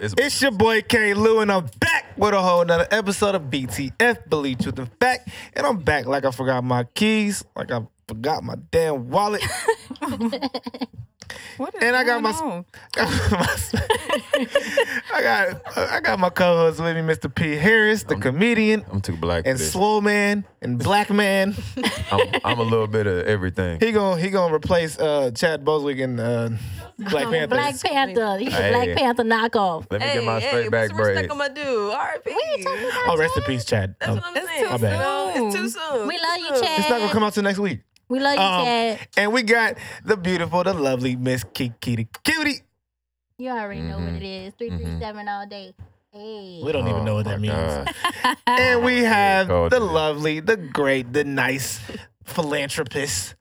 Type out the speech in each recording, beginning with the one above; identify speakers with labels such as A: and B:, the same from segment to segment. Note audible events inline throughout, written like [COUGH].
A: It's-
B: It's your boy K Lou, and I'm back with a whole nother episode of BTF Believe Truth and Fact. And I'm back like I forgot my keys, like I forgot my damn wallet. [LAUGHS]
C: What is
B: And I got
C: going
B: my-
C: on?
B: I got [LAUGHS] I got my co-host with me, Mr. P. Harris, the comedian
A: I'm too black for
B: and
A: this.
B: slow man and black man.
A: I'm, I'm a little bit of everything.
B: He gonna he gonna replace uh, Chad Boswick and uh, Black Panther.
D: Black Panther. [LAUGHS] He's a
A: Hey.
D: Black Panther knockoff.
A: Let me get my straight
E: hey,
A: back
E: put some respect
A: braid.
E: on my dude. R.I.P.
B: oh, rest in peace, Chad.
E: That's
B: Oh.
E: what I'm
C: It's
E: saying.
C: too
E: You know, It's
C: soon.
E: too soon.
D: We love you,
E: Too soon.
D: Chad.
B: It's not gonna come out till next week.
D: We love you,
B: Um,
D: Chad.
B: And we got the beautiful, the lovely Miss Kiki the Cutie.
D: You already know what
A: mhm,
D: it
B: mm-hmm.
D: is. Three all day. Hey.
B: We don't even know what
A: Oh, my
B: that means.
A: God.
B: And we have
A: called
B: the
A: it.
B: lovely, the great, the nice philanthropist,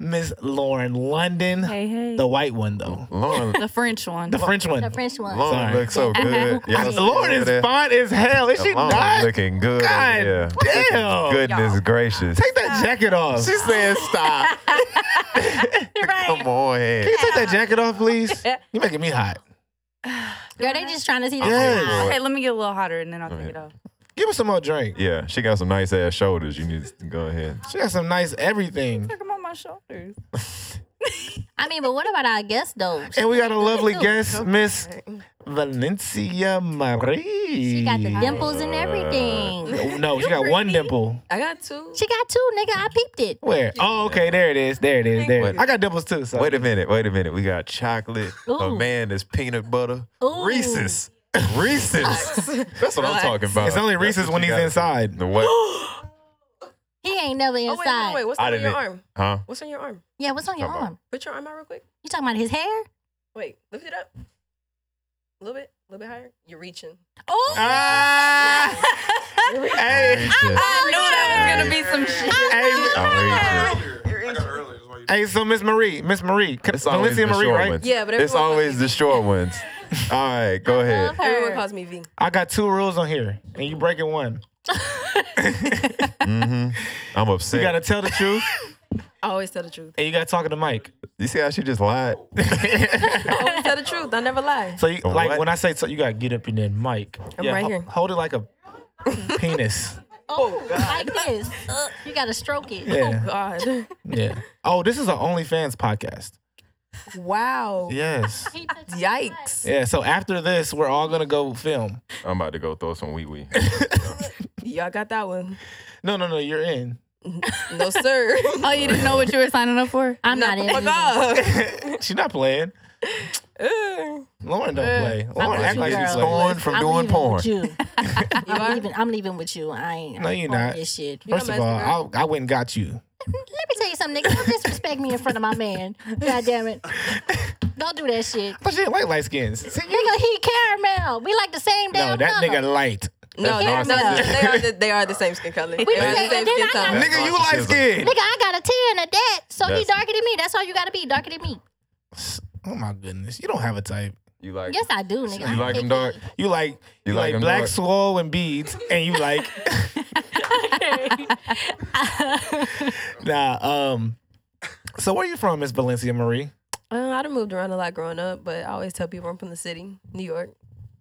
B: Miss Lauren London.
C: Hey, hey.
B: The white one, though.
A: Lauren,
C: The French one.
B: The French one.
D: The French one.
A: Lauren
B: Sorry.
A: looks
B: [LAUGHS]
A: so good. Y'all see
B: Lauren
A: over
B: is
A: there?
B: fine as hell. Is she
A: Lauren
B: not?
A: looking good. over
B: God
A: there.
B: damn.
A: Goodness
E: Y'all.
A: gracious.
B: Take that jacket off.
A: She said [LAUGHS]
B: [LAUGHS]
A: stop. Come on.
B: Can you take that jacket off,
D: [LAUGHS]
B: please? You're making me hot.
D: Girl, they just trying to see the
B: Yes.
D: smile.
C: Hey, let me get a little hotter and then I'll
A: Go
C: take it
A: ahead.
C: off.
B: Give us some more drink.
A: Yeah, she got some nice ass shoulders. You need to go ahead.
B: She got some nice everything.
C: Look, I'm on my shoulders.
D: I mean, but what about our guest though?
B: And we got a lovely
D: [LAUGHS] Ooh.
B: guest, Miss
E: Right.
B: Valencia Marie. Oh,
D: She got the dimples and everything.
B: No, she got one dimple.
E: I got two.
D: She got two, nigga. I peeped it.
B: Where? Oh, okay. There it is. There it is. There. It is.
A: Wait.
B: I got dimples too. So.
A: Wait a minute. Wait a minute. We got chocolate.
D: Ooh.
A: Oh man, there's peanut butter.
B: [LAUGHS]
D: Ooh.
A: Reese's. Reese's. That's what I'm talking about.
B: It's only
A: That's
B: Reese's
A: what
B: when
A: you
B: he's
A: gotta do.
B: inside.
E: [LAUGHS]
A: The what?
D: He ain't never
E: Oh, wait, wait,
D: inside.
E: wait, wait. What's
A: I
E: on your
A: didn't- e-
E: arm?
A: Huh?
E: What's on your arm?
D: Yeah, what's on your
A: Come on.
D: arm?
E: Put your arm out real quick.
D: You talking about his hair?
E: Wait, lift it up. A little bit, a little bit higher. You're reaching.
D: Oh,
B: Ah!
E: You're reaching.
B: hey,
C: I knew that was gonna be some shit.
B: hey,
A: I'm reaching.
B: hey. So Miss Marie, Miss Marie, Can-
A: It's always
B: Valencia
A: the
B: Marie,
A: short
B: right?
A: ones.
E: Yeah, but
A: it's
E: everyone calls
A: always
E: me-
A: the short ones. All right, go ahead.
D: love her.
E: Everyone calls me V.
B: I got two rules on here, and you breaking one.
A: hmm I'm upset.
B: You
A: You,
B: gotta tell the truth,
E: [LAUGHS] I always tell the truth.
B: and you gotta talk to the mic.
A: see how she just lied?
E: I always tell the truth. I never lie.
B: So you, like
A: What?
B: when I say so, you gotta get up in that mic.
E: I'm right
B: ho-
E: here.
B: Hold it like
E: [LAUGHS]
B: a penis.
E: Oh, God.
D: like this. You gotta stroke it.
B: Yeah,
C: [LAUGHS]
E: Oh, God.
B: yeah. Oh, this is an OnlyFans podcast.
E: Wow.
B: Yes.
E: Yikes.
B: Yeah, so after this, we're all gonna go film.
A: I'm about to go throw some wee wee.
E: Y'all got that one.
B: No, no, no, you're in.
E: No, sir.
C: Oh, you didn't know what you were signing up for?
D: I'm not in.
E: [LAUGHS] Fuck
D: either.
E: off.
B: She's not playing.
E: Ugh.
B: Lauren don't play. Lauren
D: with
B: act
D: you,
B: like
D: girl.
B: she's playing.
A: Scorned from
D: I'm
A: doing
D: leaving
A: porn.
B: [LAUGHS]
D: With you.
E: You
D: I'm
E: are?
D: leaving. I'm leaving with you. I ain't.
B: No,
D: I'm
B: you're
D: part of
B: not.
D: This shit. Let
E: You
B: First
E: don't
B: of
E: mess with her.
B: all, I, I went and got you.
D: me tell you something, nigga. Don't disrespect me in front of my man. God damn it. Don't do that shit.
B: But she didn't like light skins. See, you
D: Nigga, he caramel. We like the same damn
B: no, that
D: color.
B: nigga light.
E: No,
D: That's
E: no,
D: narcissism.
E: no, they are the, they are the same
C: [LAUGHS]
E: skin color. They are the
D: say-
E: same
D: then
E: skin
D: I
E: color.
D: got-
B: Nigga, you
A: narcissism.
B: light skin.
D: Nigga, I got a 10 at that. So he
A: That's-
D: darker than me. That's all you gotta be. Darker than me.
B: Oh my goodness, you don't have a type.
A: You like?
D: Yes, I do, nigga.
A: You
D: I'm
A: like them
D: picky.
A: dark?
B: You like you,
A: You
B: like,
A: like them
B: black
A: dark.
B: swole and beads, and you
E: [LAUGHS]
B: like nah. Um, so where you from, Miss Valencia Marie?
E: Uh, I done moved around a lot growing up, but I always tell people I'm from the city, New York. [LAUGHS]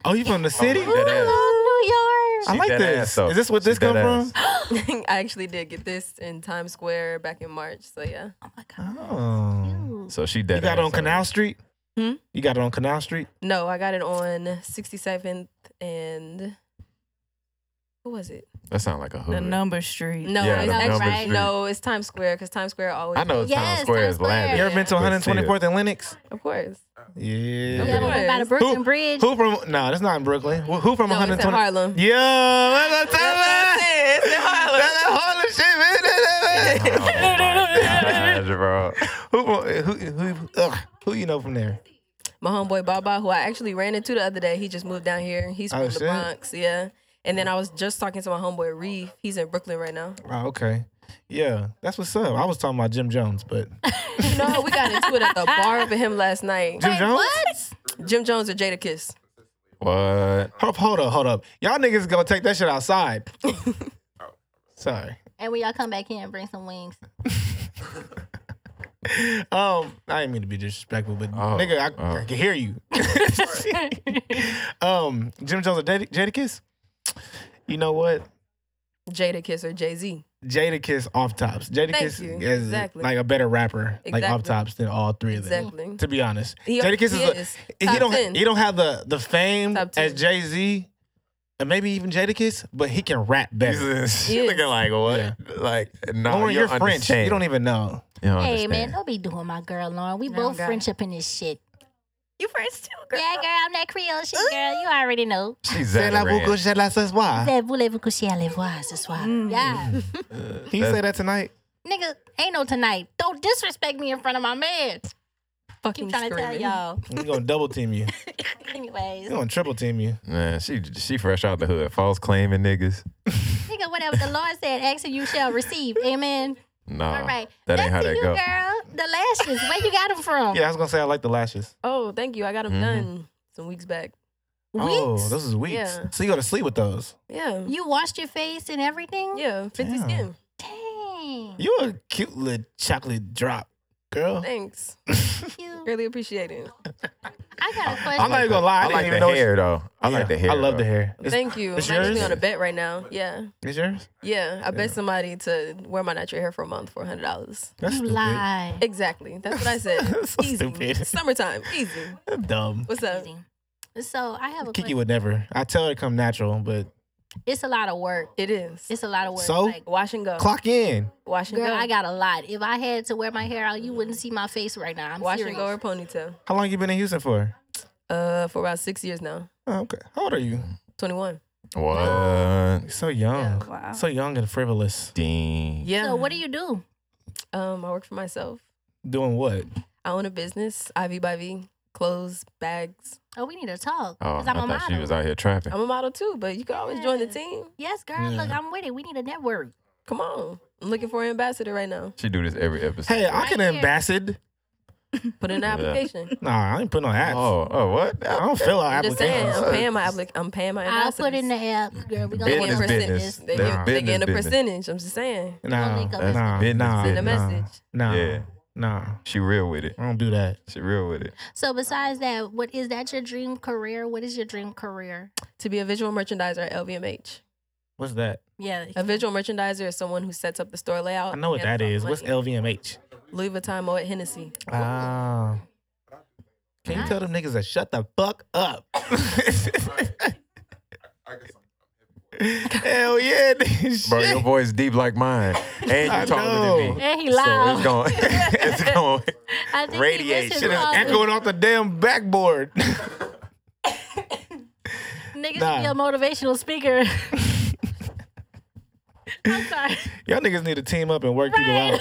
B: Oh, you from the city?
A: Oh, that ass.
D: Oh, New
B: I
D: York.
A: She
B: like
A: that
B: this.
A: ass, though.
B: Is this what
A: She
B: this come
A: that
B: from?
A: ass.
E: I actually did get this in Times Square back in March. So yeah,
D: Oh my god.
B: Oh.
D: Ooh.
A: So she dead.
B: You got it
A: ass
B: on Canal Street?
E: Hmm?
B: You got it on Canal Street?
E: no, I got it on 67th and who was it?
A: That sound like a
C: The
A: hood.
C: number street.
E: No,
A: Yeah,
E: it's
A: the
E: actually
D: numbers,
E: no, it's Times Square because Times Square always.
A: I know
D: Yes,
A: Town Square
D: Times
A: is
D: Square.
A: lavish.
B: You [LAUGHS] ever been to
A: But see it.
B: 124th and Lenox?
E: of course.
B: Yeah.
D: Yeah,
E: Yeah.
D: we by the Brooklyn Bridge.
B: Who from? No, that's not in Brooklyn. Who, who from
E: No, it's in
B: 120?
E: Harlem.
B: Yo, that's what I'm
E: [LAUGHS] That's
B: saying.
E: it. It's in
B: That's
E: Harlem.
B: that Harlem shit, man.
A: Oh my gosh, bro.
B: [LAUGHS] who from? Who? Who? Ugh, who you know from there?
E: My homeboy Baba, who I actually ran into the other day, he just moved down here. He's
B: Oh,
E: from the
B: shit.
E: Bronx. Yeah. And then I was just talking to my homeboy Reeve. He's in Brooklyn right now.
B: Oh, okay. Yeah, that's what's up. I was talking about Jim Jones, but [LAUGHS]
E: You know, we got into it at the bar with him last night.
B: Jim
D: Wait,
B: Jones.
D: what?
E: Jim Jones or Jada Kiss?
A: What?
B: Hold up, hold up, hold up. Y'all niggas gonna take that shit
E: [LAUGHS]
B: outside. Sorry.
D: And when y'all come back here and bring some wings.
B: Oh, Um, I didn't mean to be disrespectful, but
A: Oh,
B: nigga, I,
A: oh.
B: I can hear you. [LAUGHS] Um, Jim Jones or Jada, Jada Kiss? You know what?
E: Jada Kiss or Jay Z.
B: Jada Kiss off tops. Jada
E: Thank
B: Kiss
E: you.
B: is
E: Exactly.
B: like a better rapper, like off
E: Exactly.
B: tops than all three of them.
E: Exactly.
B: To be honest,
E: He-
B: Jada Kiss
E: he
B: is, a-
E: is.
B: he
E: Top
B: don't
E: 10.
B: he don't have the the fame
E: Top 10.
B: as Jay Z, and maybe even Jada Kiss, but he can rap better.
E: Yes.
A: Nigga, like what? Like no,
B: Lauren,
A: you
B: you're
A: don't
B: French.
A: understand.
B: You don't even know.
A: You don't
D: Hey man,
A: understand.
D: don't be doing my girl, Lauren. We
E: No,
D: both
E: girl.
D: friendship in this shit.
F: You first too, girl.
D: Yeah, girl, I'm that Creole shit, girl. You already know.
A: She's
B: C'est la boucle,
A: Zataran.
B: c'est la ce soir.
D: Said, voulez-vous coucher à les voir ce soir? Yeah.
B: Can you say that tonight?
D: Nigga, ain't no tonight. Don't disrespect me in front of my man.
E: Fucking
D: Keep trying to tell
E: screaming.
D: y'all.
B: [LAUGHS] We're gonna double team you.
D: Anyways,
A: Oh.
B: We're gonna triple team you.
A: Man, she she fresh out the hood, false claiming niggas.
D: nigga, whatever the Lord said, ask and you shall receive. Amen.
A: Nah,
D: All right.
A: Oh, that
D: Back
A: ain't how
D: to
A: that
D: you,
A: go.
D: girl. The lashes. Where you got them from?
B: Yeah, I was gonna say I like the lashes.
E: Oh, thank you. I got him
A: Mhm.
E: done some weeks back.
B: Mm-hmm. Oh, this is weeks.
E: Yeah.
B: So you go to sleep with those.
E: Yeah.
D: You washed your face and everything?
E: Yeah. 50
B: Damn.
E: skin.
D: Dang.
B: You a cute little chocolate drop, girl.
E: Thanks.
D: You-
E: Really appreciate it.
D: I got a
B: I'm
D: question.
B: not even gonna
A: I
B: lie. I, didn't
A: like the
B: even know she-
A: hair though. I like the
B: Yeah,
A: hair.
B: I love
A: though.
B: the hair. It's,
E: Thank you. I'm
B: it's
E: actually
B: yours?
E: on a bet right now. Yeah.
B: it's yours.
E: Yeah. I bet somebody to wear my natural hair for a month for $100.
B: That's
D: You
B: stupid.
D: lie.
E: Exactly. That's what I said.
B: That's [LAUGHS] so
E: easy.
B: stupid.
E: Summertime. Easy.
B: That's dumb.
E: What's up?
D: So I have a
B: Kiki
D: question.
B: would never. I tell her to come natural, but
D: It's a lot of work.
E: It is.
D: It's a lot of work.
B: So?
D: Like,
E: Wash and go.
B: clock in.
E: Wash and
D: girl,
E: go.
D: I got a lot. If I had to wear my hair out, you wouldn't see my face right now. I'm
E: Wash
D: serious.
E: and go or ponytail.
B: How long you been in Houston for?
E: Uh, for about six years now.
B: Oh, okay. How old are you?
E: 21.
A: What?
B: You're so young.
E: Yeah.
C: Wow.
B: So young and frivolous.
A: Ding.
E: Yeah. [LAUGHS]
D: So what do you do?
E: Um, I work for myself.
B: Doing what?
E: I own a business, Ivy by V, clothes, bags.
D: Oh, we need to talk.
A: Oh, I
D: Cause I'm a
A: thought
D: model.
A: she was out here trapping.
B: Oh.
E: I'm a model too, but you can always join the
D: Yeah.
E: team.
D: yes, girl. Look,
B: Yeah.
D: I'm with it. We need a network.
E: Come on. I'm looking for an ambassador right now.
A: She do this every episode.
B: Hey, I can
D: Right here.
B: ambassador.
E: Put in
B: [LAUGHS]
E: an
A: Yeah.
E: application.
B: Nah, I ain't putting no apps.
A: oh, oh, what?
B: I don't fill out
E: I'm just saying,
B: applications.
E: I'm paying my applic- I'm paying my
D: I'll
E: ambassadors.
D: put in the app,
A: Mm.
D: girl. We gonna
E: They
A: Business,
E: get a
D: work on
A: business.
D: this.
E: They,
A: That's
E: get, they
A: business,
E: get a
A: business.
E: percentage. I'm just saying.
D: Don't
B: Nah,
D: link up
A: with
B: nah,
A: business.
B: nah,
E: Send a
B: nah,
E: message.
B: Nah,
A: Yeah.
B: nah.
A: She real with it.
B: I don't do that.
A: She real with it.
D: So besides that, what is that your dream career? What is your dream career?
E: To be a visual merchandiser at LVMH.
B: What's that?
D: Yeah.
E: A visual merchandiser is someone who sets up the store layout.
B: I know what
E: and
B: that
E: front
B: is. What's
E: money.
B: LVMH?
E: Louis Vuitton Moet Hennessy.
B: Ah. Can you tell them niggas to shut the fuck up? [LAUGHS] Hell yeah, [LAUGHS] nigga.
A: Bro, your
B: shit.
A: voice deep like mine. And
B: I
A: you taller than
B: know.
A: me.
D: And he
A: So
D: loud.
A: it's [LAUGHS] going. it's going.
B: [LAUGHS]
D: I think
A: radiate.
D: He
A: Shit is
B: Echoing off the damn backboard. [LAUGHS]
D: Nigga
B: Nah.
D: should be a
A: [LAUGHS]
D: motivational speaker. [LAUGHS] I'm sorry.
B: Y'all niggas need to team up and work people out.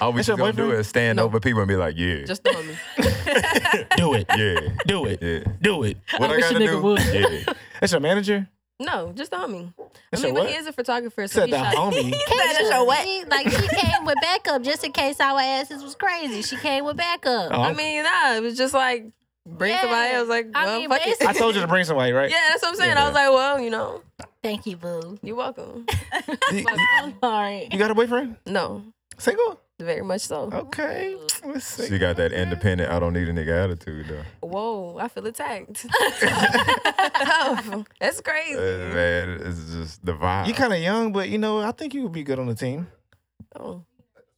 A: All we
B: That's
A: should
B: your
A: gonna do
B: boyfriend?
A: is stand over people and be like, yeah,
B: [LAUGHS]
E: Just throw me.
B: Do it.
A: [LAUGHS] yeah,
B: Do it.
A: yeah.
B: Do it.
A: What I,
C: wish a
A: gotta
C: nigga
A: do?
C: would.
A: Yeah.
B: That's your manager?
E: No, just the homie. I
B: said
E: mean, but he
B: what?
E: is a photographer, so
B: Said
E: he
B: the
E: shot.
B: homie.
E: [LAUGHS] That is your what?
D: She, like she came with backup just in case our asses was crazy. She came with backup.
B: Oh,
E: I mean, nah, it was just like bring
D: Yeah.
E: somebody. I was like,
D: I
E: well,
D: mean,
E: fuck it.
B: I told you to bring somebody, right?
E: [LAUGHS] yeah, that's what I'm saying. I was like, well, you know,
D: Thank you, boo. [LAUGHS]
E: you're welcome.
B: You,
E: [LAUGHS]
D: I'm sorry.
B: you got a boyfriend?
E: No,
B: Single?
E: very much so.
B: Uh. Okay. Let's see.
A: She got that independent. I don't need a nigga attitude though.
E: Whoa, I
D: [LAUGHS]
E: feel attacked. Tough. that's
A: Uh,
E: crazy.
A: man, it's just the vibe.
B: You kind of young, but you know, I think you would be good on the team.
E: Oh,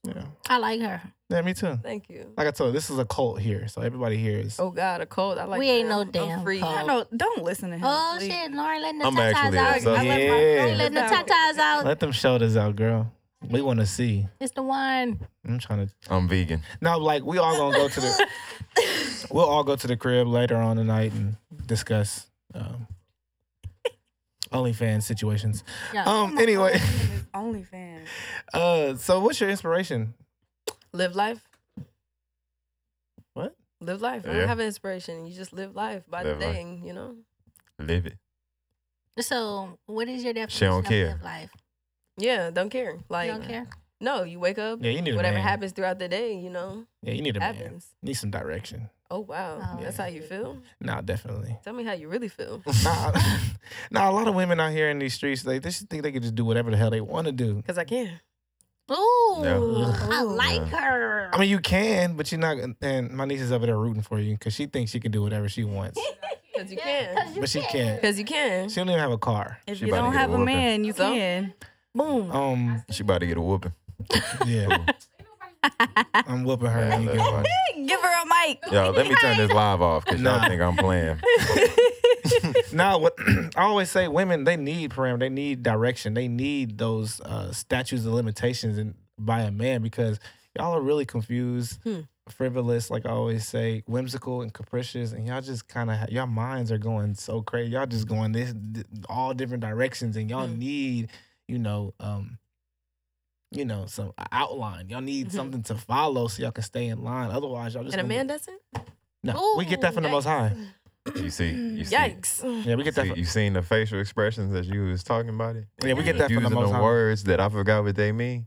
B: Yeah.
D: I like her.
B: Yeah, me too.
E: thank you.
B: Like I told you, this is a cult here, so everybody here is.
E: Oh God, a cold. I like.
D: We ain't no
E: I'm- I'm
D: damn
E: free.
D: cold.
C: I know. Don't listen to him.
D: Oh
C: Please.
D: shit, Lauren letting the
A: I'm
D: tatas
A: actually
D: out.
A: upset.
D: Lauren
B: Yeah.
D: letting the tatas out.
B: Let them shoulders out, girl. We want to see.
D: It's the one.
B: I'm trying to.
A: I'm vegan.
B: No, like we all gonna go to
E: [LAUGHS]
B: the. we'll all go to the crib later on tonight and discuss um, OnlyFans situations.
D: Yeah.
B: Um. Anyway, [LAUGHS]
C: OnlyFans.
B: uh. So, what's your inspiration?
E: Live life.
B: What?
E: Live life. I
A: Yeah.
E: don't have an inspiration. You just live life by
A: Live
E: the
A: life.
E: day. You know.
A: Live it.
D: So what is your definition
A: don't care.
D: of live life?
E: Yeah, don't care. Like,
D: You don't care?
E: no, you wake up.
B: Yeah, you need a
E: whatever
B: man.
E: happens throughout the day, you know,
B: Yeah, you need a man.
E: happens.
B: Need some direction.
E: Oh wow,
D: Oh,
E: that's
D: yeah.
E: how you feel.
B: Nah, definitely.
E: Tell me how you really feel.
B: [LAUGHS] nah, nah, a lot of women out here in these streets, they they just think they can just do whatever the hell they want to do.
E: Cause I can.
D: Ooh,
A: Yeah.
D: I like her.
B: I mean, you can, but you're not. And my niece is over there rooting for you because she thinks she can do whatever she wants.
E: Because you can.
D: you
B: But she can't.
E: Because you can.
B: She don't even have a car.
C: If
A: She
C: you
A: about to
C: don't
A: get
C: have a
A: whooping.
C: man, you
E: So?
C: can.
D: Boom.
A: Oh,
B: Um,
A: She about to get a whooping.
B: yeah, I'm whooping her.
A: Man,
B: and
A: that's
B: getting one.
A: funny.
C: Give her a mic.
A: Yo, let me turn this live off because
B: Nah.
A: y'all think I'm playing.
B: No, what [CLEARS THROAT] I always say, women they need parameter, they need direction, they need those uh, statutes of limitations and by a man because y'all are really confused,
E: Hmm.
B: frivolous, like I always say, whimsical and capricious, and y'all just kind of y'all minds are going so crazy. Y'all just going this th- all different directions, and y'all
E: Hmm.
B: need you know. um you know, some outline. Y'all need
E: Mhm.
B: something to follow so y'all can stay in line. Otherwise, y'all just
E: And a
B: gonna-
E: man doesn't?
B: No, we get that from the Most High.
A: You
E: [LAUGHS]
A: see,
E: Mm.
A: you see,
E: Yikes.
B: Yeah, we get that.
A: see-
B: From,
A: you seen the facial expressions that you was talking about it.
B: yeah, we get that from the
A: Using
B: Most
A: the
B: High.
A: words that I forgot what they mean.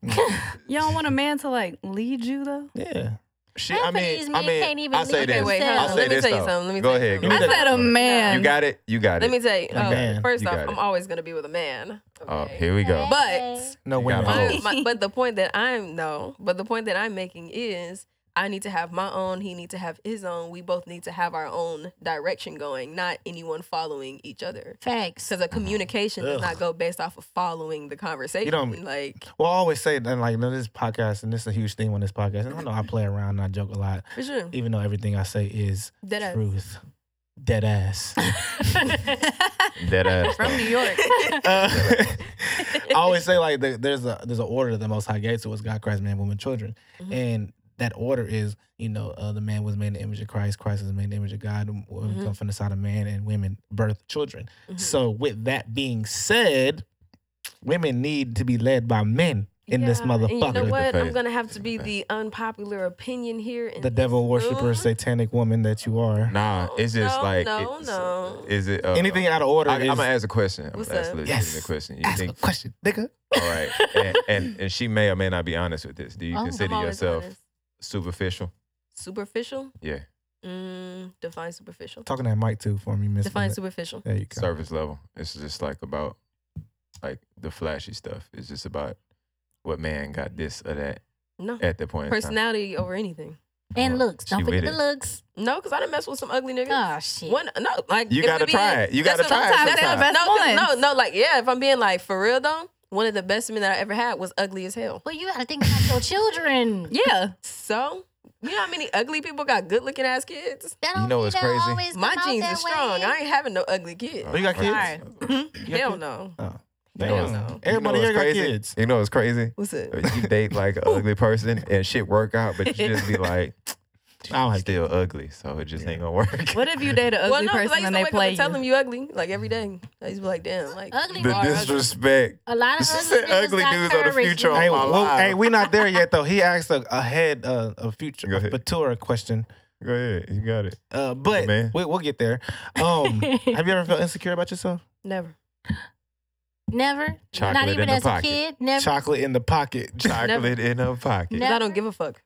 C: You don't want a man to like lead you though.
B: Yeah.
A: She,
D: Half
A: I
D: of these
A: mean, I
D: men
A: mean,
D: can't even
A: I say
D: lead
A: this.
E: Okay, wait, hold
A: I
E: on.
A: say
E: Let me
A: this
E: tell you
A: though.
E: something. Let me
A: Go
E: tell you
A: ahead.
E: something.
B: me
C: I
B: that-
C: said a man.
A: You got it. You got
E: Let me
A: it.
E: tell you.
B: A
E: um,
B: man.
E: First
A: You
E: off,
A: got it.
E: I'm always going to be with a man.
A: Oh,
E: okay?
A: here we go.
E: But-
B: No
A: You
B: women.
A: gotta
B: hoes.
E: My- my- but the point that I'm no, but the point that I'm making is I need to have my own. He needs to have his own. We both need to have our own direction going, not anyone following each other.
D: Facts.
E: Because a communication does
B: Ugh.
E: not go based off of following the conversation.
B: don't-
E: like
B: Well, I always say that, like, no, this podcast, and this is a huge thing on this podcast. And I know I play around and I joke a lot,
E: for sure.
B: even though everything I say is
E: Dead ass.
B: truth, dead
E: [LAUGHS]
B: ass.
A: Dead ass.
C: From New York.
B: Uh, [LAUGHS] I always say like the, there's a there's an order that the Most High gave to us: God, Christ, man, woman, children,
E: Mhm.
B: and that order is you know uh, the man was made in the image of Christ, Christ is made in the image of God, and woman
E: Mhm.
B: come from the side of man, and women birth children. [LAUGHS]
E: Mhm.
B: So with that being said, women need to be led by men in this
E: Yeah, and
B: motherfucker.
E: You know what? I'm
A: Face.
E: gonna have to be
A: Face.
E: the unpopular opinion here. in
B: the devil
E: this
B: worshiper,
E: room.
B: satanic woman that you are.
A: Nah, it's just
E: No,
A: like
E: no,
A: it's-
E: no.
A: Is it uh,
B: Anything out of order
A: I, I'm
B: is
A: gonna ask a question. I'm
E: What's
A: gonna ask
E: up?
A: legit
B: Yes.
A: a question. You
B: ask
A: think
B: a question, nigga.
A: all right?
B: [LAUGHS]
A: And, and and she may or may not be honest with this. Do you
D: Oh. I'm
E: I'm
A: consider
E: always
A: yourself
E: honest.
A: superficial?
E: superficial.
A: Yeah,
E: Mm, define superficial.
B: Talking that mic too for me, Miss.
E: Define
B: Lynette.
E: superficial.
B: There you go.
A: surface level. It's just like about like the flashy stuff. It's just about what man got this or that
E: No.
A: at that point. in time.
E: Personality over anything.
D: And looks.
A: She
D: Don't
A: with
D: forget
A: it.
D: the looks.
E: No, because I done mess with some ugly niggas.
D: Oh shit.
E: One, no, like
A: You
E: if
A: gotta
E: we
A: try it. You
E: that's
A: gotta
E: what-
A: try it
E: that's
A: sometimes.
E: what-
C: That's
E: No,
C: the
E: 'cause-
C: best
E: no, no, like yeah. If I'm being like for real though, one of the best men that I ever had was ugly as hell.
D: Well, you gotta think about your children.
E: Yeah. So you know how many ugly people got good looking ass kids?
D: That
A: You
D: don't
A: know
D: mean
A: what's
D: they'll
A: crazy?
D: always
E: My
D: come out
E: jeans
D: that
E: are strong.
D: way.
E: I ain't having no ugly kid.
B: Oh, you got kids? You got
E: Hell
B: kids?
E: no.
B: Oh.
A: You
B: Damn.
A: know
E: Hell no.
B: Everybody
A: you know
B: here got
A: what's crazy?
B: kids.
A: You know what's
E: [LAUGHS]
A: crazy?
E: What's it?
A: You date like an ugly person and shit work out, but you
E: [LAUGHS]
A: just be like,
B: I don't have
A: still ugly, so it just ain't gonna work.
C: What if you date an ugly
E: Well, no, 'cause I
C: person and
E: used to
C: they
E: wake up
C: play
E: and tell
C: you?
E: them you ugly like every day. I used to be like, damn, like
D: Ugly
A: [LAUGHS] The
D: are ugly.
A: disrespect.
D: A lot of
A: She
D: ugly,
A: said
D: niggas
A: ugly
D: got
A: dudes are the
D: courage,
A: future.
D: nigga.
B: Hey,
A: Oh, my
B: well,
A: God.
B: hey, we not there yet though. He asked a, a head, uh, a future,
A: Go
B: a
A: ahead.
B: mature question,
A: Go ahead, you got
D: [LAUGHS]
A: it.
B: uh, but
A: Man.
B: we, we'll get there. Um, have you ever felt insecure about yourself?
E: never.
D: Never.
A: Chocolate
D: Not even
A: in the
D: as
A: pocket.
D: a kid. Never.
B: Chocolate in the pocket. [LAUGHS]
A: Chocolate in her pocket.
D: No.
E: 'Cause I
D: Never?
E: don't give a fuck.